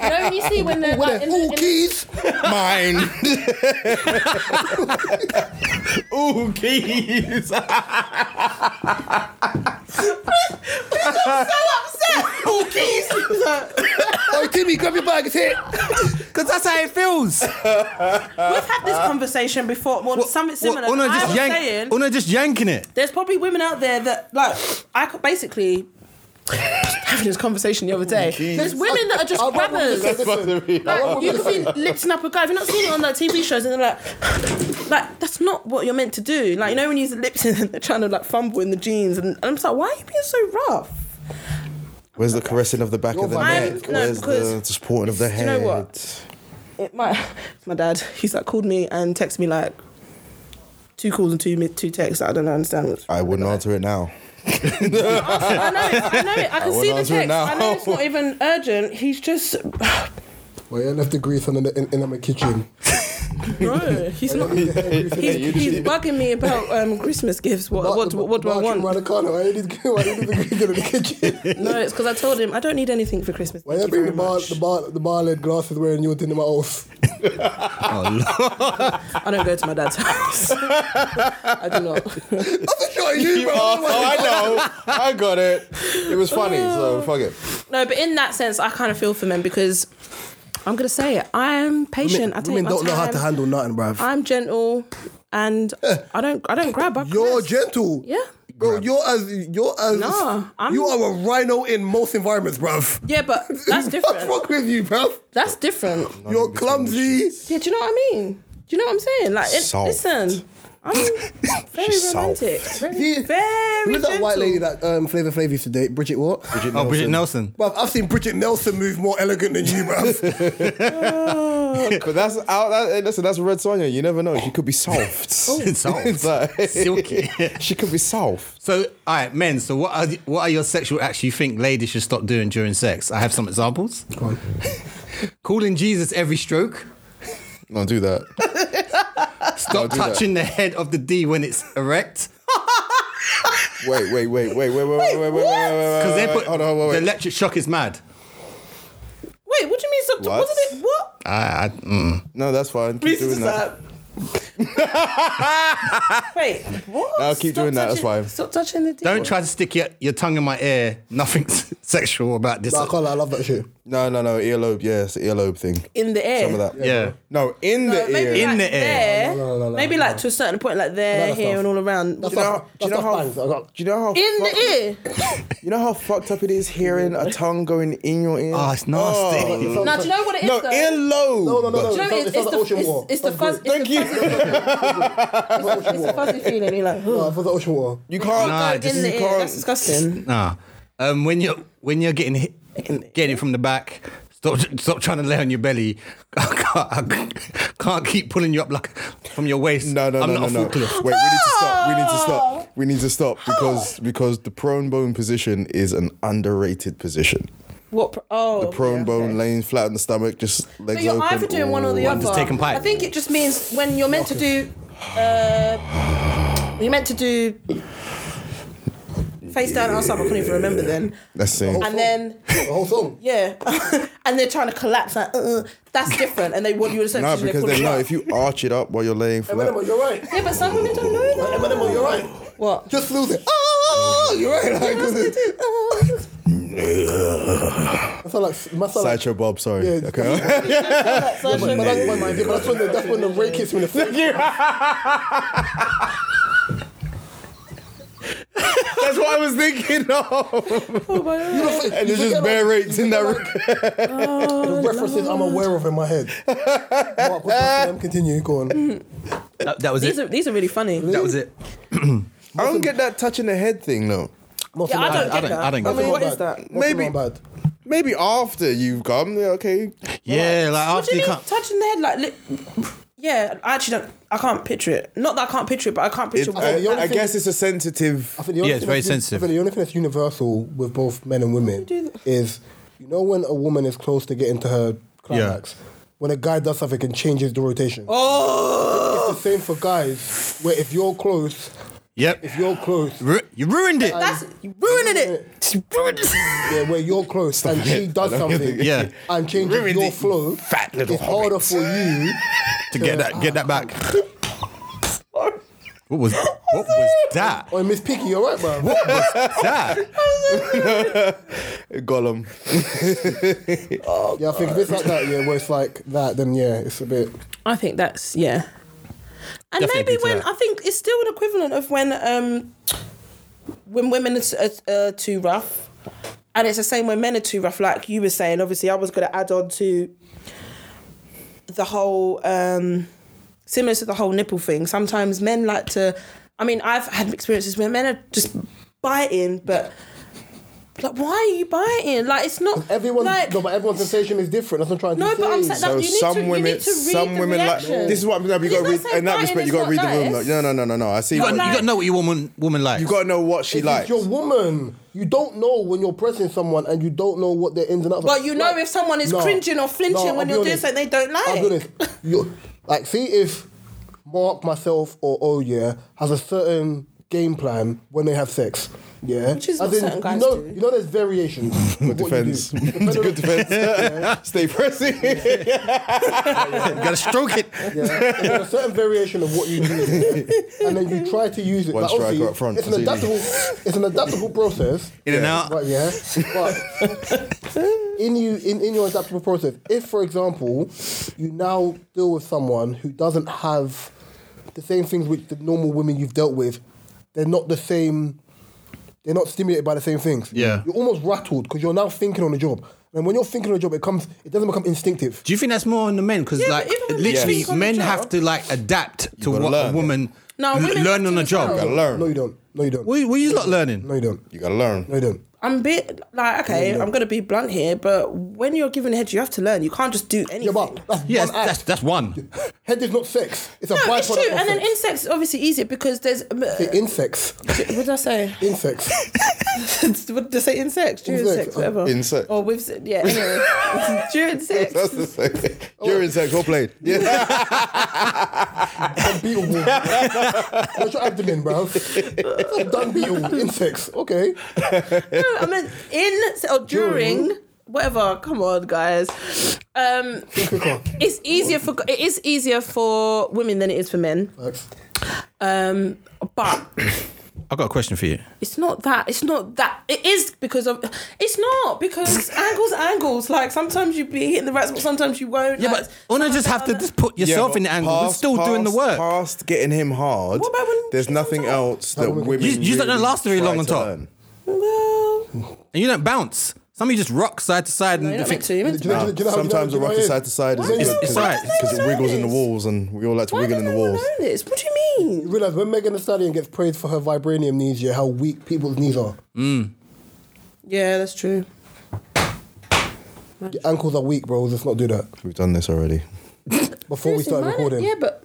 you know when you see when they're like in the, in the- keys. Mine. Ooh, keys. Oh, keys. Oh, Timmy, grab your bag. It's here. Because that's how it feels. We've had this conversation before, or something similar. Or no, I just was yank- saying, or no, just yanking it. there's probably women out there that like I could basically having this conversation the other day. there's women that are just grabbers. Like, you could be lipsing up a guy. Have you not seen it on like TV shows? And they're like, like that's not what you're meant to do. Like you know when you're lipsing and they're trying to like fumble in the jeans, and, and I'm just like, why are you being so rough? Where's the caressing of the back of the I'm- neck? no, Where's the, because- the supporting of the Do you head? know what? It, my my dad, he's like called me and texted me like two calls and two mi- two texts. I don't understand. What's I wouldn't answer it now. I know it. I know it. I can wouldn't see the answer it text. now. I know it's not even urgent. He's just Well, yeah, left the grease on the, in, in my kitchen. no. He's not. He's, he's bugging me about um, Christmas gifts. What what what, do I Around want? the corner. Why you need to- why you need the grease in the kitchen? No, it's because I told him I don't need anything for Christmas. Why Thank you you bring very the bar, much. the bar, the bar led glasses wearing your dinner mouth? I don't go to my dad's house. I do not. I'm sure you, You are- oh, I know. I got it. It was funny, so fuck it. No, but in that sense, I kind of feel for men because I'm gonna say it. I'm patient. I take Women my don't know how time. to handle nothing, bruv. I'm gentle, and I don't. I don't grab. I You're caress. gentle. Yeah. Bro, you're as you're as Nah, I'm- you are a rhino in most environments, bruv. Yeah, but that's What's different. wrong with you, bruv? That's different. You're clumsy. Yeah, do you know what I mean? Do you know what I'm saying? Like, it, Soft. listen, I'm very She's romantic. He- Very, Who very was that white gentle. lady that um, Flavor Flav used to date? Bridget what? Bridget Oh, Bridget Nelson. Bruv, I've seen Bridget Nelson move more elegant than you, bruv. But that's out. That, hey, listen, that's Red Sonja. You never know. She could be soft. Soft. It's like- Silky. she could be soft. So, all right, men. So, what are what are your sexual acts you think ladies should stop doing during sex? I have some examples. Go on. Calling Jesus every stroke. Don't do that. Stop do that. touching the head of the D when it's erect. Wait, wait, wait, wait, wait, wait, wait, wait, wait, wait, wait, wait. Because they wait, put hold on, wait, the wait. electric shock is mad. Wait, what do you mean? So, What? Wasn't it what? I, I, mm. no, that's fine. Keep Please doing just that. that. Wait, what? No, keep Stop doing that, that's touching- fine. Stop touching the. dick. Don't try to stick your, your tongue in my ear. Nothing sexual about this. Nah, I can't lie, I love that shit. No, no, no. Earlobe. Yeah, it's the earlobe thing. in the air. Some of that. yeah. No, in the But maybe ear. like In the air. No, there, no, no, no, no, maybe like to a certain point, like there, that's here, tough. and all around. That's you know, tough. do you That's know tough how? bangs. I got- Do you know how? in fucked- the ear. You know how fucked up it is hearing a tongue going in your ear. Oh, it's nasty. Now, do you know what it is? no, though? earlobe. No, no, no, no. Do you know it's, not- it's, it's, it's, not the ocean the, war. it's, it's the fuzz. It's Thank the you. fuzz- it's the fuzzy feeling. You're like, No, oh, it was the ocean war. You can't. Nah, you just- in the ear. That's can't. disgusting. Nah. Um, when you're when you're getting hit, In the- getting it from the back. Stop! Stop trying to lay on your belly. I can't, I can't keep pulling you up like from your waist. No, no, I'm no, not a no, no. full cliff. Wait, we need to stop. We need to stop. We need to stop because because the prone bone position is an underrated position. What? pr- Oh, the Prone bone, laying flat on the stomach, just So legs you're open. Oh, either doing one or the Ooh. other. just taking pipe. I think it just means when you're meant to do, uh, you're meant to do face down, ass up. I couldn't even remember then. Let's see. And then The whole song. yeah, and they're trying to collapse. Like uh, that's different, and they want you to say No, because then no, if you arch it up while you're laying flat, Eminem, you're right. yeah, but some women don't know that. Eminem, you're right. What? ah. Just lose it. Oh, you're right. Like, 'cause it- Oh. I sound like it must sound like Sideshow Bob, sorry. Yeah. Okay. But that's- but that's- but that's when the- that's when the rake hits me in the face. That's what I was thinking of. Oh my God. And there's just bare rakes in that room. The references I'm aware of in my head. Mark, what's up, Sam? Continue, go on. That, that was These it. are these are really funny. that was it. I don't get that touching the head thing though. Nothing Yeah, I wrong- don't I get don't- that. I don't get mean, that. What is that? nothing Maybe- wrong bad. Maybe after you've come, yeah, okay. Yeah, like What after do you you mean can't. touching the head? Like, li- yeah, I actually don't. I can't picture it. Not that I can't picture it, but I can't picture. It- what think the I, only I thing- guess it's a sensitive. I think the only Yeah, it's thing very that's- sensitive. I think the only thing that's universal with both men and women do that? is you know when a woman is close to getting to her climax, when a guy does something and changes the rotation. oh, It's the same for guys where if you're close, Yep. if you're close, Ru- you ruined it. that's you ruining it. You ruined it. yeah, where you're close and she does something, Yeah. and changes Ruined your it, flow, you fat little it's harder hobbit. for you. to get that get that back. What was what was that? Oh, Miss Piggy, you're right, man. What was that? Gollum. Yeah, I think if it's like that, yeah, where it's like that, then yeah, it's a bit. I think that's yeah. And Definitely agree maybe to when that. I think it's still an equivalent of when um when women are, t- are, are too rough, and it's the same when men are too rough. Like you were saying, obviously, I was going to add on to the whole um similar to the whole nipple thing. Sometimes men like to. I mean, I've had experiences where men are just biting, but. Like, why are you biting? Like, it's not Everyone, Like, no, but everyone's sensation is different. That's what I'm trying No, to but I'm say. saying that- So you need some to- you women, need to read some the women like. reaction. This is what I'm saying. You got to It's read not in that saying respect. You got to read fighting the room. is Like, not no, no, no, no, no. I see. You what- got, You you got to know what your woman woman likes. got to know what she If it's likes. your woman. You don't know when you're pressing someone and you don't know what their ins and outs are. Well, you know Like- if someone is No, cringing or flinching no, I'll when be you're doing honest. something they don't like. I'll be honest. You're, like, see if Mark, myself, or Oh Yeah has a certain game plan when they have sex. Yeah, Which is As what in, certain guys you know, do. You know, there's variations. Good Defense. Good defense. Stay pressing. You got to stroke it. Yeah, it's a certain variation of what you do, and then you try to use it. One like, striker obviously, up front, It's an that's what you adaptable. need. it's an adaptable process. In and Yeah. out. But yeah, but in you in, in your adaptable process, if for example you now deal with someone who doesn't have the same things which the normal women you've dealt with, they're not the same. They're not stimulated by the same things. Yeah. you're almost rattled because you're now thinking on the job, and when you're thinking on the job, it comes. It doesn't become instinctive. Do you think that's more on the men? Because Yeah, like but even when literally, you think on the men job- have to like adapt to gotta what learn. a woman No, l- women learn have on to the as job. well. Gotta learn. No, you don't. No, you don't. What you- what you not learning? No, you don't. You got to learn. No, you don't. I'm a bit like okay. Mm-hmm. I'm gonna be blunt here, but when you're given head, you have to learn. You can't just do anything. Yeah, but that's Yes, one act. that's that's one. Head is not sex. It's a no, byproduct it's true. of And then sex. insects is obviously easier because there's. The insects. what did I say? Insects. what did I say? Insects, during Insects. sex, whatever. Insects. Or with se- yeah. Anyway, during sex. That's the same. You're in sex. Well played. Yeah. Unbeatable. What's your abdomen, bro? Unbeatable. Insects. Okay. no, I meant in or during. Whatever, come on, guys. Um, Quicker. it's easier for it is easier for women than it is for men. Facts. Um, but I got a question for you. It's not that. It's not that. It is because of. It's not because angles, are angles. Like sometimes you be hitting the right spot, sometimes you won't. Yeah, like, but don't I just have to just put Yeah, yourself but in the angle. We're past- still doing the past- work. Past getting him hard, What about when there's she nothing comes out? else that women. You- you don't really last very try long on to top. learn. well, And you don't bounce. Some of you just rock side to side no, you're and you not meant think, to. You're meant to. Do you know- do you know- do you know- Sometimes do you a know what rocket it is? side to side is Why does- because it's alright. because it Why wiggles in the does walls and we all like to Why wiggle does in the no one walls. know this? What do you mean? You realize when Megan Thee Stallion gets praised for her vibranium knees, yeah, how weak people's knees are. Yeah, that's true. Your ankles are weak, bro. Let's not do that. We've done this already. Before we start recording. Yeah, but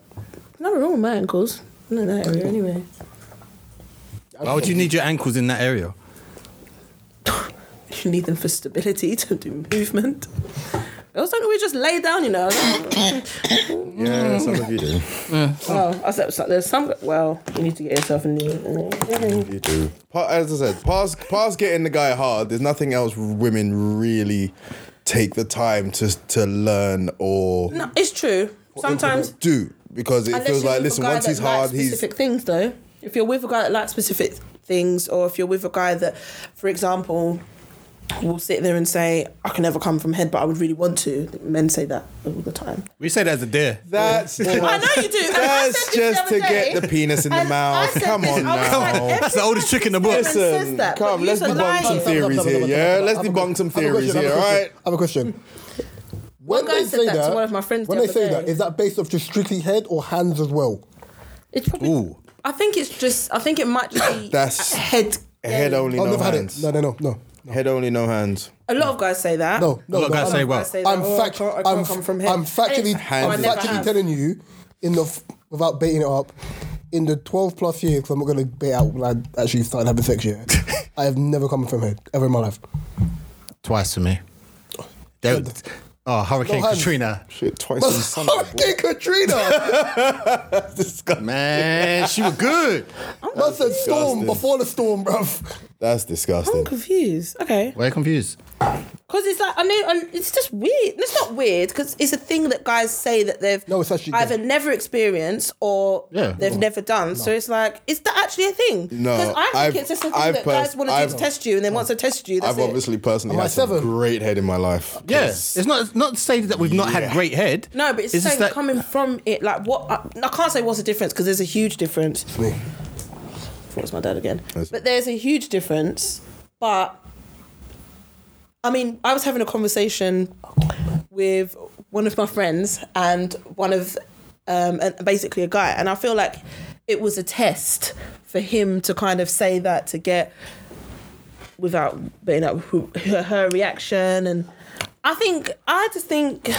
nothing wrong with my ankles. No, that area anyway. why would you need your ankles in that area? You need them for stability. Don't do movement. Girls don't always just lay down, you know. Yeah, some of you do. oh, I was like, there's some. Well, you need to get yourself in the. You do. Pa- As I said, past past getting the guy hard, there's nothing else women really take the time to to learn or No, it's true. Sometimes do because it Unless feels you're like with a listen, guy once that he's hard, likes he's specific things though. If you're with a guy that likes specific things, or if you're with a guy that, for example, will sit there and say, I can never come from head, but I would really want to. Men say that all the time. We say that's a dare. That's I know you do. and I that's said this just the to other day. get the penis in the And I mouth. said Come this, on I was like, now. every That's the oldest time trick in the book. this man says Listen, that, but come, you let's are debunk some lying. theories here, yeah? Let's debunk some theories here, all right? I have a question. When guy said that to one of my friends when the they other say day. that, is that based off just strictly head or hands as well? It's probably. Ooh. I think it's just. I think it might just be That's- a head. Head only, I've no never hands. had it. No, no, no, Head only, no hands. A lot of guys say that. no, no, no. A lot of guys no say I'm- well. Say that, I'm, oh, I fact- can't- I I'm, can't come from head. I'm factually, And- Oh, I I'm never factually have. telling you, in the f- without baiting it up, in the 12 plus years, 'cause I'm not going to bait out when I actually started having sex yet, I have never come from head ever in my life. Twice for me. They- oh, Hurricane No hands. Katrina. Shit, twice in Sunday. Hurricane Katrina! Man, she was good. That's a storm disgusting. before the storm, bruv. That's I'm disgusting. confused. Okay. Why are you confused? Because it's like I know, and it's just weird. It's not weird because it's a thing that guys say that they've No, it's actually either done. never experienced or Yeah. they've never done. So it's like, is that actually a thing? No, because I think I've- it's just a thing I've that pers- guys want to do I've- to test you, and then once they test you, that's I've it. obviously personally Am I had some seven? great head in my life. Yeah, 'Cause it's not it's not to say that we've not had Yeah. great head. no, but it's, just saying coming from it. Like what? I, I can't say what's the difference because there's a huge difference. Me. thought it was my dad again. But there's a huge difference. But I mean, I was having a conversation with one of my friends and one of um, and basically a guy, and I feel like it was a test for him to kind of say that to get without being up who, her, her reaction and I think I just think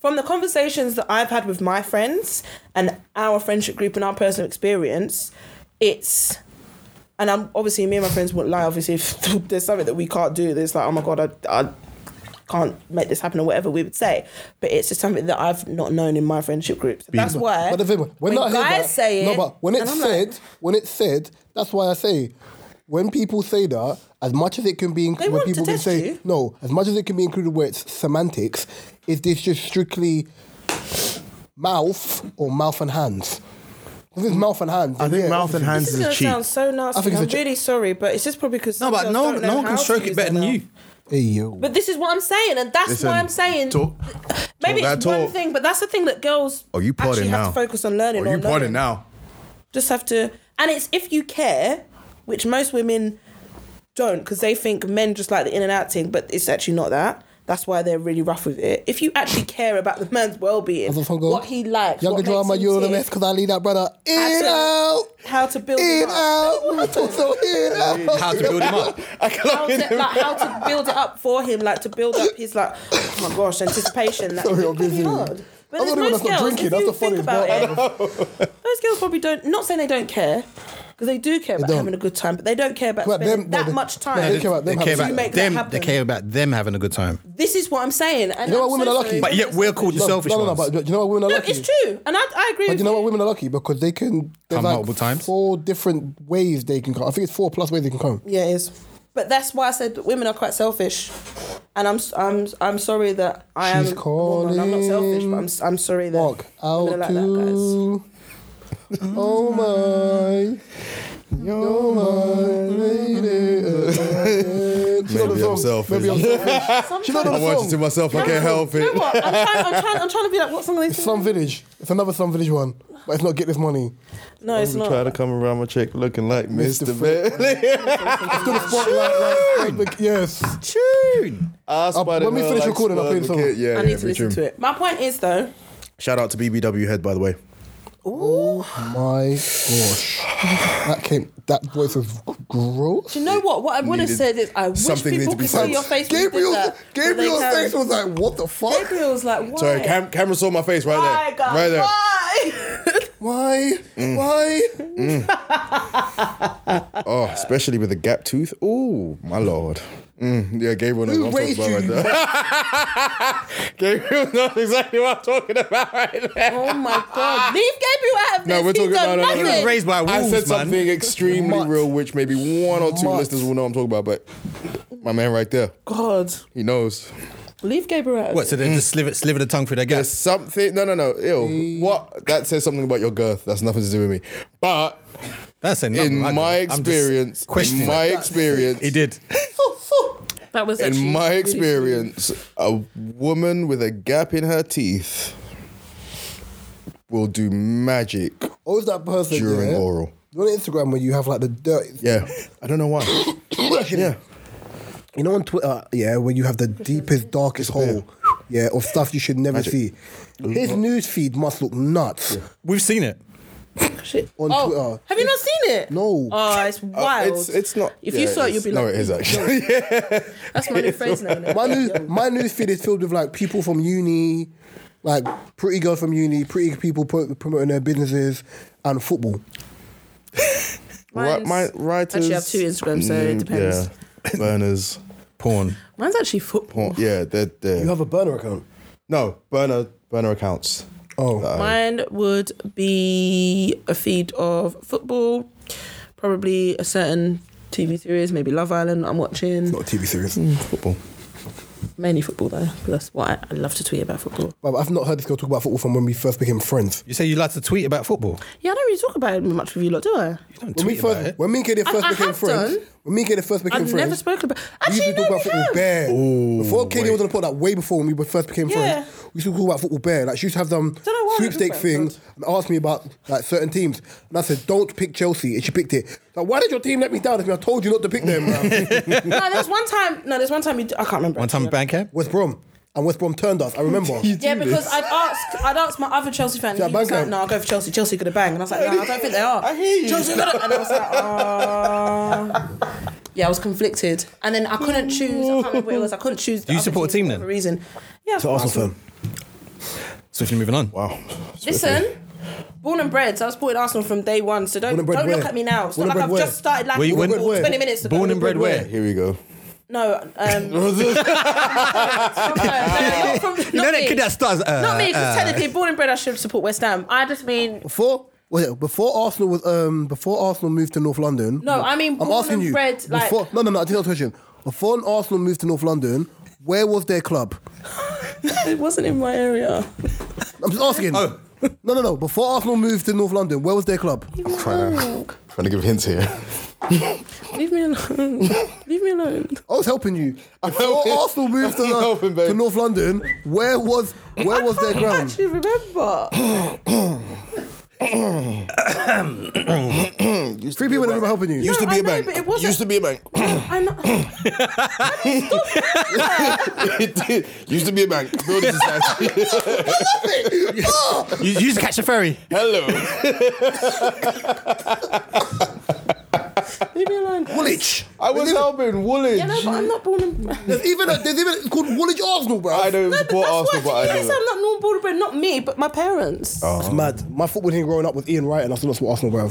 from the conversations that I've had with my friends and our friendship group and our personal experience, it's and I'm obviously me and my friends won't lie. Obviously, if there's something that we can't do, there's like oh my god, I, I can't make this happen or whatever we would say. But it's just something that I've not known in my friendship group. So that's why But the thing, when, I hear guys that, say it, no, but when and it's I'm like, said, when it's said, that's why I say, when people say that, as much as it can be, They included, when want to people can test say you. no, as much as it can be included where it's semantics, is this just strictly mouth or mouth and hands? If it's mouth and hands, I think mouth and hands this is is gonna cheap. sound so I nasty. think I'm it's a ch- really sorry, but it's just probably because No, but no, no one can stroke it better than you. Hey yo, But this is what I'm saying, and that's Listen, why I'm saying talk- maybe talk it's that one talk. thing, but that's the thing that girls Oh, you partying actually have now. to focus on learning. Oh, or you learning. pointing now. Just have to, and it's if you care, which most women don't, because they think men just like the in and out thing, but it's actually not that. That's why they're really rough with it. If you actually care about the man's well-being, As a phone call, what he likes, Younger what drama, makes him you're the tick, best because I lead that brother in Absolutely. out, how to build in him up. out. I thought so in out. How to build him up. how to, like, how to build it up for him, like to build up his like, oh my gosh, anticipation. That's Sorry, Sorry, I'm busy. hard. But I'm there's the one most that's not girls, drinking, if that's you the think funniest about part. it, those girls probably don't. Not saying they don't care, because they do care about don't. having a good time, but they don't care about But spending them- no, that they- much no, time. they care about them They care having- about You make that them. They happen. care about them having a good time. this is what I'm saying. And You know I'm what women so are lucky? sorry. But But yet we're called the No, selfish no, no, no, ones. but do you know what women are No, lucky? it's true, and I, I agree. But with you know what? you. Women are lucky because they can. There's Come like multiple times. Four different ways they can come. I think it's four plus ways they can come. Yeah, it is. But that's why I said that women are quite selfish, and I'm I'm I'm sorry that I She's am. a woman. I'm not selfish, but I'm s- I'm sorry that Walk out women are like that, guys. to. Oh my, you're my lady. She Maybe know the I'm song. selfish. Maybe I'm selfish. She know Sometimes- the I watch song. it to myself. I can't help You know it. what? I'm trying, I'm, trying, I'm trying to be like, what song are they It's Slum singing? Village. It's another Slum Village one, but it's not Get This Money. No, it's not. Try to come around my chick looking like Mr. Bailey. It's gonna spotlight. like, Yes. Tune. Ah, I spotted when we her finish like recording, I'll play the Spud song. McKay. Yeah, I yeah, need to be true. listen to it. My point is though, Shout out to BBW Head, by the way. ooh, Oh My gosh, that came. That voice was g- gross. do you know what? What I would have Needed said is I wish something needed people to be could said. see your face. when you did Gabriel's that, but they Gabriel's can't. face was like, what the fuck? Gabriel's like, why? Sorry, cam- camera saw my face right Why, there. God? Right there. Why? Why? Mm. Why? Oh, especially with the gap tooth. Oh, my lord. Mm, yeah, Gabriel knows Who what I'm raised talking you? about right there. Gabriel knows exactly what I'm talking about right there. oh my god! Leave Gabriel out of this. No, we're He's talking about. uh, done No, no, nothing. no, no. Raised by I wolves, said man. something extremely Mutt. real, which maybe one or two Mutt. listeners will know I'm talking about, but my man right there, God, he knows. leave Gabriel out. What? So they just sliver, sliver the tongue through their There's gas. something. No, no, no. Ew. What? That says something about your girth. That's nothing to do with me. But That's enough. in my experience, in my question. experience, He did. That was actually in my really experience, a woman with a gap in her teeth will do magic Always Oh, that person during yeah? oral. You're on Instagram where you have like the dirt. Oh, Yeah, I don't know why. yeah, You know on Twitter, yeah, where you have the deepest, darkest hole, yeah, of stuff you should never Magic. Mm. see. His news feed must look nuts We've seen it. Shit. on Oh, Twitter. Have you not seen it? No. Oh, it's wild. it's it's not. If yeah, you saw it, is. you'd be no, like, it is actually. That's my new phrase now. innit? My news, my news feed is filled with like people from uni, like pretty girls from uni, pretty people pro- promoting their businesses and football. Right, my Mine's- writers actually, I have two Instagrams, so it depends. Yeah, burners. Porn. Mine's actually football. Porn. Yeah, they're, they're You have a burner account. no burner burner accounts. Oh, Ah. Mine would be a feed of football, probably a certain TV series, maybe Love Island I'm watching. not a TV series. Football. Mainly football though, because that's what I, I love to tweet about football. But I've not heard this girl talk about football from when we first became friends. You say you like to tweet about football. Yeah, I don't really talk about it much with you lot, do I? You don't When we tweet about first, it. when me and Katie I- first I became have friends, done. when me and Katie first became I've friends, never spoken about. we Actually, used to talk no, about we football have. bare. Before Katie was on the pod, like way before when we were first became Yeah. friends, we used to talk about football bare. Like she used to have them know why we do sweepstake that, things and ask me about like certain teams, and I said, "Don't pick Chelsea," and she picked it. Like, why did your team let me down? I, mean, I told you not to pick them. bruv." no, there's one time. No, there's one time. You, d- I can't remember. One time at actually. band camp. West Brom, and West Brom turned us. I remember. Yeah, because I'd ask, I'd ask my other Chelsea fan. And Yeah, he was bang like, on. "No, I'll go for Chelsea. Chelsea gonna bang." And I was like, "No, I don't think they are." I hear you. Chelsea gonna, and I was like, "Oh." Yeah, I was conflicted, and then I couldn't choose. I can't remember what it was. I couldn't choose. the you other support a team team then? for whatever reason. Yeah, So Arsenal fan. Swiftly moving on. Wow. Listen, born and bred. So I supported Arsenal from day one. So don't Born and don't bred look where? at me now. It's Born not and like I've bred just started Were liking you- Born and football bred where? twenty minutes ago. Born and bred where? Here we go. No, um, sometimes- no, not from- You know not that me. kid that starts. Uh, Not me, because uh, technically, born and bred, I should support West Ham. I just mean, Before. was it- Before Arsenal was um before Arsenal moved to North London. No, I mean I'm born asking and you. bred, like- before, no, no, no. I didn't ask a question. Before Arsenal moved to North London, where was their club? it wasn't in my area. I'm just asking. Oh. No, no, no. Before Arsenal moved to North London, where was their club? I'm trying to, trying to give hints here. Leave me alone. Leave me alone. I was helping you. Before helping. Arsenal moved to, I'm helping, babe. to North London, where was where was their I ground? actually remember. Three people in the room are helping you. Used No, to be I a know, bank. but it wasn't- Used to be a bank. I'm not. It did. Used to be a bank. Building society. You, you used to catch a ferry. Hello. Leave me alone. Woolwich. I was helping Woolwich. Yeah, no, but I'm not born and bred. There's even a, there's even it's called Woolwich Arsenal, bro. I don't even No, but that's support Arsenal, what. but I Oh. yes, do. I'm not normal born and bred. Not me, but my parents. It's mad. My football team growing up was Ian Wright, and I still not support Arsenal, bro.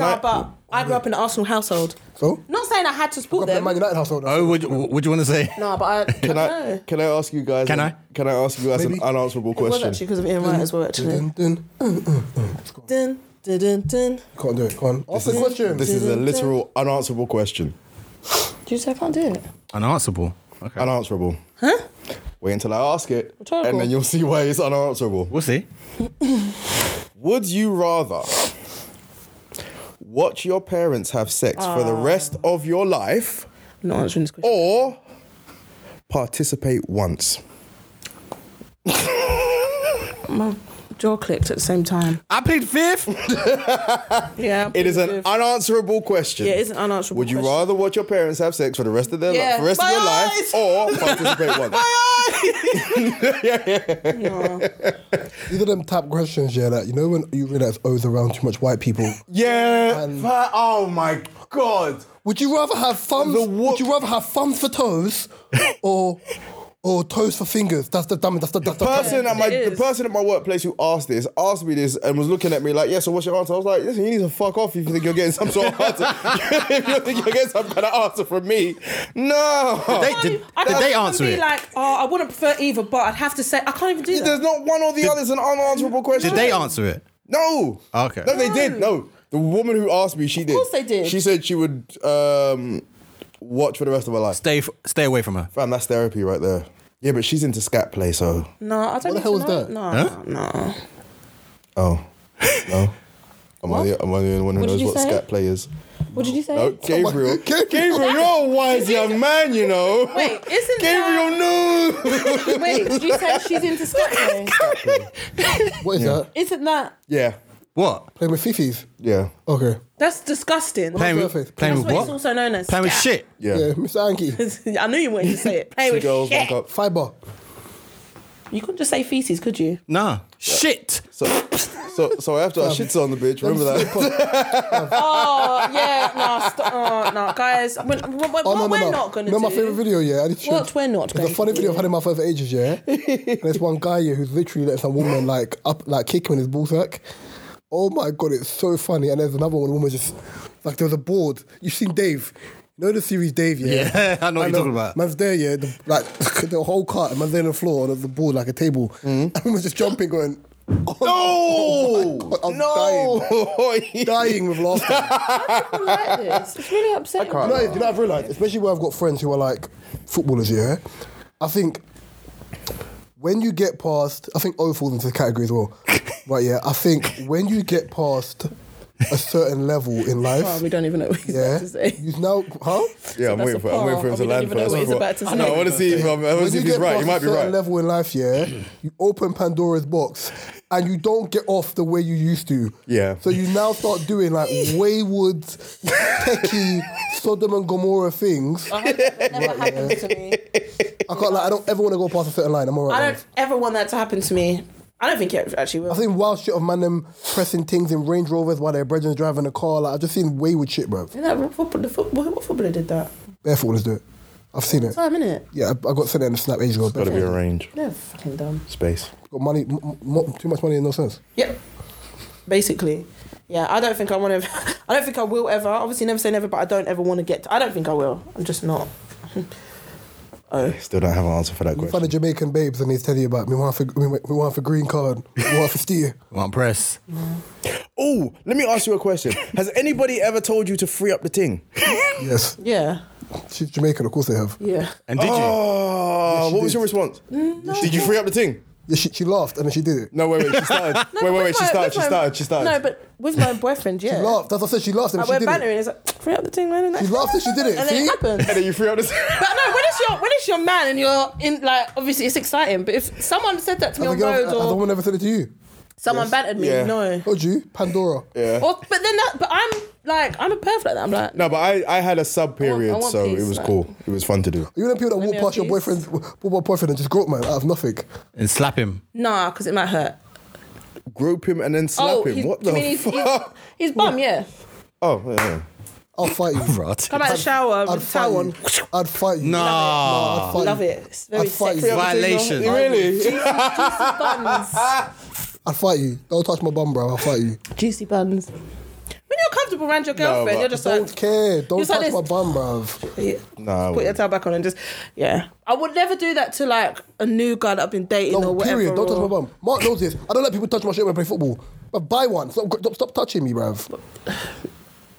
nah, but I grew up in an Arsenal household. So? Not saying I had to support Up in the them. Man United household. Oh, would you, would you want to say? No, but I. Can Can I, can I ask you guys? Can I? Can I ask you guys an unanswerable It was question? actually because of Ian Wright as well, actually. Dun, dun. Dun, dun, dun, dun. Can't do it. Go on. Ask the question. This is a literal unanswerable question. Do you say I can't do it? Unanswerable. Okay. Unanswerable. Huh? Wait until I ask it, and Rhetorical. then you'll see why it's unanswerable. We'll see. Would you rather watch your parents have sex for Ah. the rest of your life, I'm not answering this question. or participate once? Oh. My jaw clicked at the same time. I played fifth. Yeah. It is an unanswerable question. Yeah, it is an unanswerable Would you question. rather watch your parents have sex for the rest of their Yeah. life, for the rest My of your eyes! life, or participate once? These are them type questions, yeah, that you know when you realise O's around too much white people. Yeah. And- but- oh my god. Would you rather have thumbs The wo- would you rather have thumbs for toes or or toes for fingers? That's the dumb that's the that's the Person at my It is. the person at my workplace who asked this asked me this and was looking at me like, yeah, so what's your answer? I was like, listen, you need to fuck off if you think you're getting some sort of answer. if you think you're getting some kind of answer from me. No. They, did, did they answer be it? like, oh, I wouldn't prefer either, but I'd have to say I can't even do There's that. not one or the other, it's an unanswerable question. did they answer it? No. Okay. No, they did. No. The woman who asked me, she did. course they did. She said she would um, watch for the rest of her life. Stay f- stay away from her. Fam, that's therapy right there. Yeah, but she's into scat play, so. No, I don't. the need hell to is know. that? No, no. Oh. No. Am I, the, am I the only one who What did knows you what say? scat play is? What did you say? No, Gabriel. Gabriel. Gabriel, you're a wise young man, you know. Wait, isn't Gabriel, no. that? Wait, did you say she's into scat? What is that? isn't that? Yeah, What? Playing with fifis? yeah, Okay. That's disgusting. Playing your with, face? playing That's with what, what? it's also known as. Playing with scat. shit. yeah. Yeah, Mr. Anki. I knew you wanted to say it. Play Two with girls, one shit. cup. Fiber. You couldn't just say feces, could you? Nah. Shit. So, so, so after I shit on the bitch, remember that? Oh yeah, no, st- oh, no, guys. When, when, when, Oh, no, no, what we're no. not gonna Remember do. my favorite video, yeah? I What we're not There's going a funny to video do. of had in my for ages, yeah? and there's one guy here who's literally letting some woman like up, like kick him in his ballsack. Oh my god, it's so funny. And there's another one, woman just like there was a board. You've seen Dave. You know the series Dave, yeah? Yeah, I know what And you're the- talking about. Man's there, yeah, the, like the whole cart, and man's there on the floor, and there's a board, like a table. Mm. And woman's just jumping, going, no, God, I'm no. dying with laughter. People like this. It's really upsetting. You know, you know, I've realised, especially where I've got friends who are like footballers, yeah. I think when you get past, I think O falls into the category as well. right, yeah. I think when you get past a certain level in Oh, life, we don't even know what he's yeah, about to say. you now, huh? Yeah, I'm that's waiting a for. I'm waiting par. for him to We don't land even know first. what he's before- about to I know. I say. want to see if, um, I want to When see you if he's get right. past He a might be certain right. level in life, yeah, you open Pandora's box and you don't get off the way you used to. Yeah. So you now start doing like wayward, techie, Sodom and Gomorrah things. I hope that never happens to me. I can't like I don't ever want to go past a certain line. I'm alright. I don't ever want that to happen to me. um, I don't think it actually will. I've seen wild shit of man them pressing things in Range Rovers while their brethren's driving a car. Like I've just seen wayward shit, bro. Isn't that football, the football, what footballer did that? Bare footballers do it. I've seen it. Time, innit? Yeah, I, I got sent it in a snap ages ago. Bare Gotta be footballers. a range They're fucking dumb. space. Got money, m- m- mo- too much money and no sense. Yep. Basically. Yeah, I don't think I want to. I don't think I will ever. Obviously, never say never, but I don't ever want to get. To, I don't think I will. I'm just not. oh. Still don't have an answer for that You find the question. Jamaican babes and they tell you about me want for me, want- me want for green card, me want for steer. One press. Oh, let me ask you a question. Has anybody ever told you to free up the ting? Yes, Yeah. she's Jamaican, of course they have. Yeah. And did you? Oh, she what was did. your response? Mm, Did you free up the ting? Yeah, she, she laughed and then she did it. No, wait, wait. She started. wait, wait, wait. She With started. my- with She my- started. She started. No, but with my boyfriend, yeah. She laughed. That's what I said. She laughed and Like, she we're did it. bantering. It's like free up the thing, man. And She that- laughed and she did it. and See? then it happens. and then you free up the ting. But no, when it's your when it's your man and you're in like obviously it's exciting. But if someone said that to me Has a on girl- road has a or woman ever said it to you? someone bantered me, Yeah. no. Told you, Pandora. Yeah. Or, but then that, but I'm like I'm a perf like that. I'm like No, but I, I had a sub period, want so peace, it was like- cool. It was fun to do. You know people that walk me past your have boyfriend's football boyfriend and just grow up, man, out of nothing. And slap him. nah, because it might hurt. Grope him and then slap oh, him. he's, What you the mean he's, fuck? He's, he's bum, yeah. oh, yeah, yeah. I'll fight you. Come out of the shower I'd with a fight towel you. on. I'd fight you. Nah. I'd fight Love you. it. It's very I'd fight sexy. you. Violation. really? Juicy buns. I'd fight you. Don't touch my bum, bro. I'll fight you. Juicy buns. When you're comfortable around your girlfriend, but you're just Don't like care. Don't Just like touch this. my bum, bro. yeah. Nah, I put your wouldn't. towel back on and just yeah. I would never do that to like a new guy that I've been dating or No, whatever. period. Don't touch my or- bum. Mark knows this. I don't let people touch my shit when I play football. But buy one. Stop, stop, stop touching me, bro.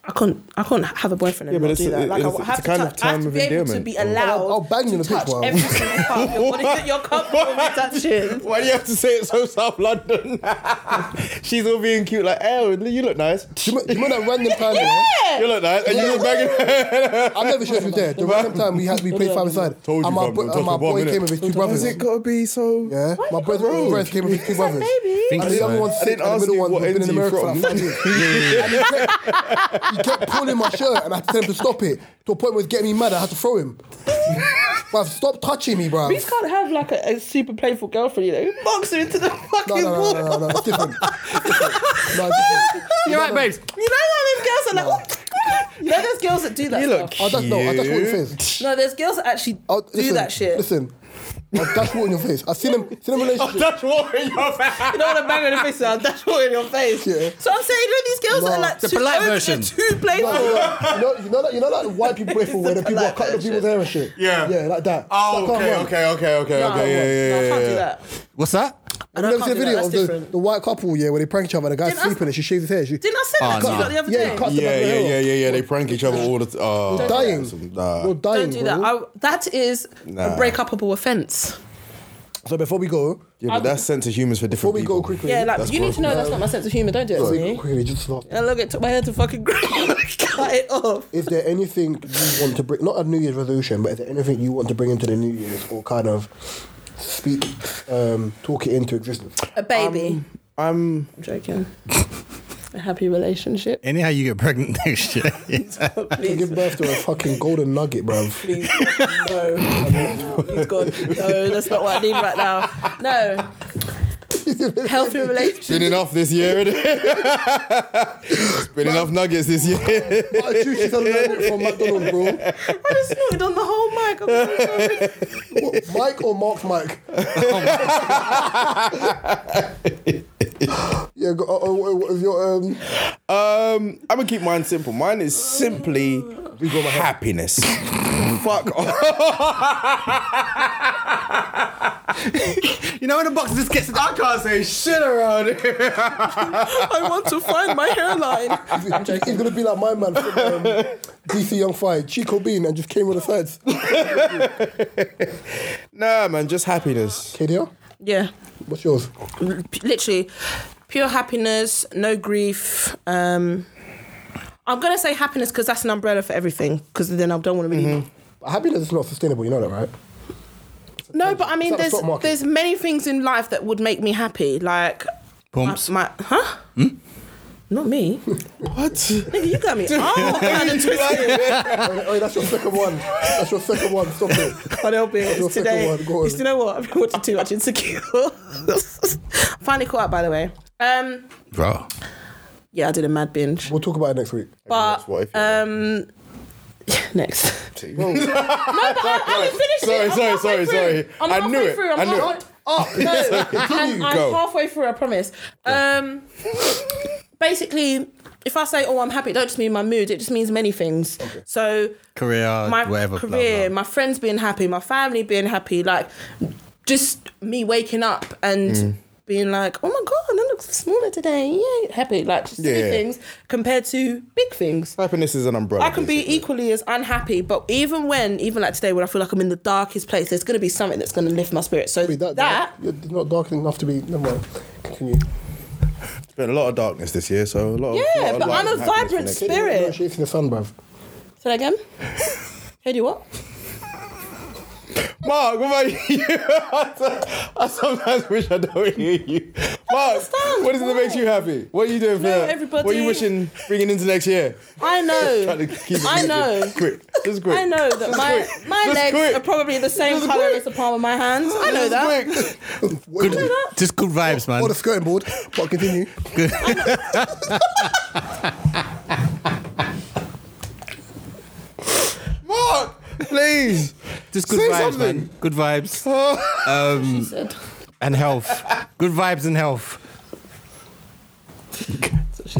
I can't. I can't have a boyfriend and Yeah, but not it's- do that. Like it's- I it's have a to, kind of touch, I have term to of be able to endearment. Oh, be allowed. I'll- I'll bang you in to the touch picture. every single part of your body that you're comfortable with touching. Why do you have to say it so South London? She's all being cute, like, oh, you look nice. Do you, remember- do you remember that random time? yeah? You look nice. And you look back I'm never sure if you there. The random time we had we played five aside. Told you, and my, fam, don't boy- touch and my my bum, boy innit? came with his two brothers. gotta be so. Yeah, my brother, my brother came with his two brothers. Baby. And the other one's I sick, didn't and the ask middle you one's what been end in you America for like from. five years. And he kept, he kept pulling my shirt, and I had to tell him to stop it. To a point where it was getting me mad, I had to throw him. bruv, stop touching me, bruv. You can't have like a, a super playful girlfriend, you know. Box her into the fucking No, no, no, wall. no, no, no, it's different. It's different. No, it's different. You're right, babes. You know how them girls are like. "Oh, you know there's girls that do that. You look stuff. I'll dash, no, I'll dash oh, water in your Cute. face. No, there's girls that actually I'll, do that shit. Oh, Listen, I'll dash water in your face. I've seen him, seen him relationship. That's what in your You don't want to bang her in the face, and that's all in your face. Yeah. So I'm saying, you know, these girls No. that are like The too, polite over- they're version. too playful. No, no, no. you know, you know that you know that white people play for where the people are cutting up people's hair and shit. Yeah. yeah, like that. That Oh, can't okay, run. okay, okay, okay, No, okay. Yeah, yeah, Oh, no, I yeah. can't yeah, do yeah. that. What's that? Have you never I seen can't a do that, video of that's the, different. the white couple, yeah, where they prank each other and the guy's Didn't I- sleeping and she shaves his hair? She, Didn't I say that Oh, Ah, to you no. like, the other yeah, day? he cuts the Yeah, back of yeah, her yeah, hair yeah, yeah. They prank each other all the time. Oh, dying. that's- nah. off. You're dying, Don't do bro. that. I, that is Nah. a breakupable offence. So before we go, Yeah, but that's sense of humor's for Before different we people. go quickly, Yeah, like That's you need to gross. know that's not my sense of humor. Don't do it to quickly, me. quickly, just last. And look, it took my hair to fucking cut it off. Is there anything you want to bring? Not a New Year's resolution, but is there anything you want to bring into the New Year's or kind of speak, um, talk it into existence? A baby. I'm I'm joking. a happy relationship. Anyhow, you get pregnant next year. To give birth to a fucking golden nugget, bruv. Please, no. He's gone. No, that's not what I need right now. No. Healthy relationship. been enough this year. innit? it's been enough nuggets this year. I choose to learn from McDonald's, bro. I just snorted on the whole mic. I'm so sorry. What, Mike or Mark Mike? yeah, go, oh, oh, what- what is your um? Um, I'm gonna keep mine simple. Mine is simply happiness. Fuck off. you know, when the box just gets, I can't say shit around here. I want to find my hairline. He's gonna be like my man from um, DC Young Fire, Chico Bean, and just came with the sides. Nah, man, just happiness. KDR, Yeah. what's yours? P- literally pure happiness, no grief. Um, I'm gonna say happiness because that's an umbrella for everything. Because then I don't want to really. Happiness is not sustainable. You know that, right? No, but I It's mean, like the there's stock market. there's many things in life that would make me happy. Like Pumps. my, my huh? Not me. What? Nigga, you got me. Oh, kind of twisted. oh, oh, that's your second one. That's your second one. Stop it. can't help it. your It's second today. one, go on. It's, you know what? I've been watching too much Insecure. Finally caught up, by the way. Um, Bro. yeah, I did a mad binge. We'll talk about it next week. But What if you- um, next. Sorry, I'm sorry, halfway sorry, through. sorry. I'm I halfway knew it. Through. I'm I knew halfway- it. Oh no! I'm, I'm Go. halfway through. I promise. Um, basically, if I say, "Oh, I'm happy," it don't just mean my mood. It just means many things. So Career, my whatever. blah, career, blah. my friends being happy, my family being happy, like just me waking up and. Mm. Being like, oh my god, I look smaller today. Yay, happy. Like just silly Yeah, yeah. things compared to big things. Happiness is an umbrella. I can be basically. equally as unhappy, but even when, even like today, when I feel like I'm in the darkest place, there's going to be something that's going to lift my spirit. So That, that, you're not dark enough to be. Never mind. Continue. It's been a lot of darkness this year, so a lot. Of, yeah, lot of but light I'm a and happiness vibrant for next year. No, spirit. she's in the sun, bruv. Say that again. Hey, do what? Mark, what about you? I sometimes wish I don't hear you. Mark, understand what is it that makes why. you happy? What are you doing for? No, What are you everybody- wishing bringing into next year? I know. Trying to keep it I moving. know. Quick, just quick. I know that my quick. my Just legs quick. are probably the same Just color quick. as the palm of my hands. I know that. Quick. What, Good- just good vibes, man. or the skirting board. But continue. Mark, please. Just good Say vibes, something. man. Good vibes Um, She said. and health. good vibes and health. That's what she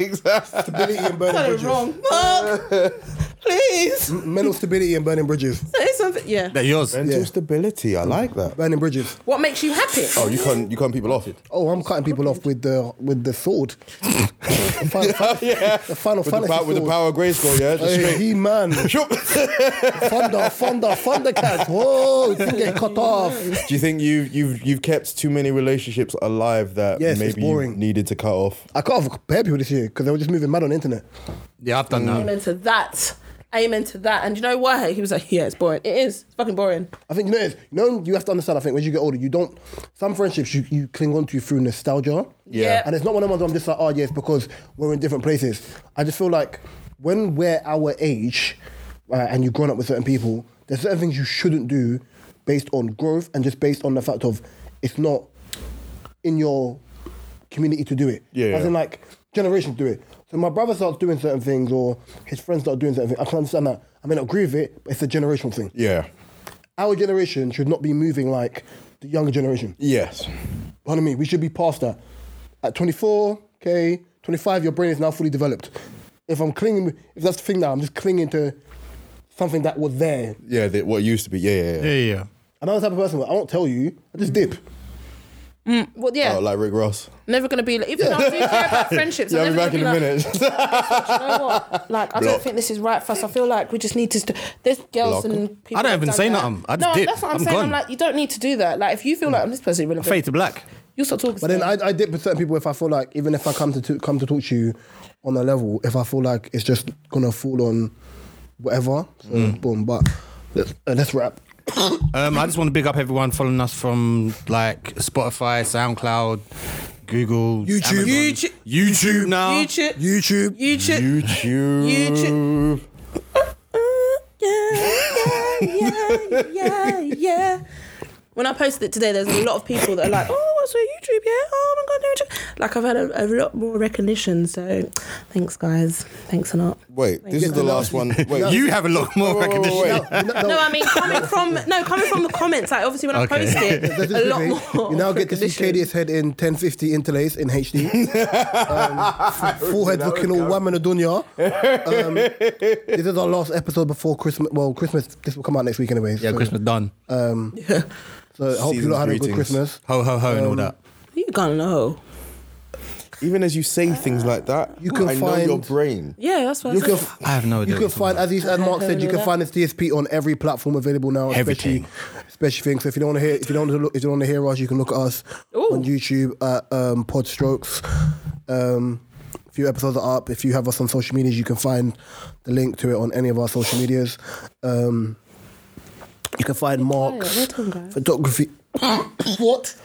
exactly. Stability and burning Got it bridges. wrong. Mark, please Mental stability and burning bridges. say something. Yeah. That yours. Mental Yeah. stability. I like that. Burning bridges. What makes you happy? Oh, you can't you can't people off it. Oh, I'm cutting people off with the with the sword. the final, yeah. the final With the, fantasy power, with the sword. power of Grayskull, yeah. Just Hey, straight. Oh, he man, thunder, thunder, thundercats. Whoa, you can get cut off. Do you think you've you've you've kept too many relationships alive that Yes, it's maybe you boring. needed to cut off? I cut off bare people this year because they were just moving mad on the internet. Yeah, I've done that. Amen to that. Amen to that. And you know why? He was like, yeah, it's boring. It is. It's fucking boring. I think you know, it's, you know, you have to understand. I think when you get older, you don't. Some friendships you, you cling on to through nostalgia. Yeah. And it's not one of the ones where I'm just like, oh yeah, it's because we're in different places. I just feel like when we're our age, uh, and you've grown up with certain people, there's certain things you shouldn't do, based on growth and just based on the fact of it's not in your community to do it. Yeah, As in yeah. like generations do it. So my brother starts doing certain things, or his friends start doing certain things. I can understand that. I may not agree with it, but it's a generational thing Yeah. our generation should not be moving like the younger generation. You Yes. know what I mean? We should be past that. At 24, okay, 25, your brain is now fully developed. If I'm clinging, if that's the thing now, I'm just clinging to something that was there. Yeah. The, what used to be. Yeah. Yeah. yeah. Yeah, yeah. Another type of person, I won't tell you, I just dip. Well, yeah, Oh, like Rick Ross. never gonna be. Like, even though I do care about friendships, Yeah, I'm I'll be back never gonna in be a like, minute. you know what? Like, I don't Block. think this is right for us. I feel like we just need to. St- there's girls Block. and people. I don't that even have say done that. nothing. I just no, dip. that's what I'm, I'm saying. gone. Mm. I'm like, you don't need to do that. Like, if you feel like I'm this person, really, Fade to black. you stop talking. But to then me. I, I dip with certain people if I feel like even if I come to, to come to talk to you on a level, if I feel like it's just gonna fall on whatever, so boom. But let's, uh, let's wrap. Um, I just want to big up everyone following us from like Spotify, SoundCloud, Google, YouTube. Amazon. YouTube now. YouTube, YouTube. YouTube, YouTube. yeah, yeah, yeah, yeah, yeah. When I posted it today, there's a lot of people that are like, "Oh, what's your YouTube? Yeah, oh my god, no YouTube." Like I've had a, a lot more recognition, so thanks, guys. Thanks a lot. Wait, this is the last one. Um, Wait, You have a lot more wait, wait, recognition. wait. no, No, I mean coming from no coming from the comments. Like obviously when Okay. I post it, Let's a just quickly, lot more. You now get to see recognition. KD's head in 1050 interlace in HD. um, forehead looking all wham and adunya. Um, this is our last episode before Christmas. Well, Christmas. This will come out next week, anyways. Yeah, so, Christmas done. So I hope you Season's lot had a good greetings. Christmas. Ho ho ho and all Um, that. You gonna know? Even as you say things like that, You can I know your find- brain. Yeah, that's what You I can, said. I have no you idea. can what you're find, as, you, as Mark said, you can find this DSP on every platform available now, especially Everything. especially things. So if you don't want to hear, if you don't want to look, if you don't want to hear us, you can look at us on YouTube at um, Pod Strokes. Um, a few episodes are up. If you have us on social medias, you can find the link to it on any of our social medias. Um, you can find Mark's Quiet, well done, guys. photography. what?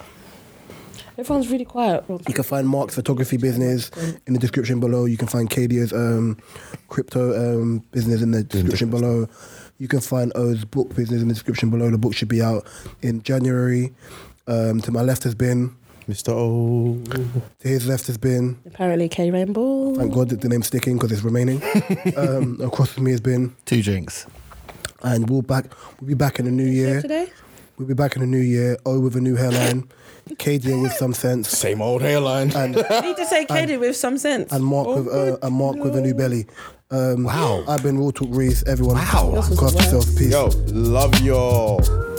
Everyone's really quiet. Rob. You can find Mark's photography business in the description below. You can find Kadia's um, crypto um, business in the description below. You can find O's book business in the description below. The book should be out in January. Um, to my left has been, Mr. O. to his left has been. Apparently, K Rainbow. Thank God that the name's sticking because it's remaining. um, across from me has been, Two drinks. and we'll back. We'll be back in the new year. Today. We'll be back in the new year. O with a new hairline, Kadia with some sense, Same old hairline. I need to say Katie with some sense. and Mark with uh, and Mark with a new belly. Um, Wow. I've been Real Talk Reese. Everyone, Wow. cast yourself. Peace. Yo, love y'all.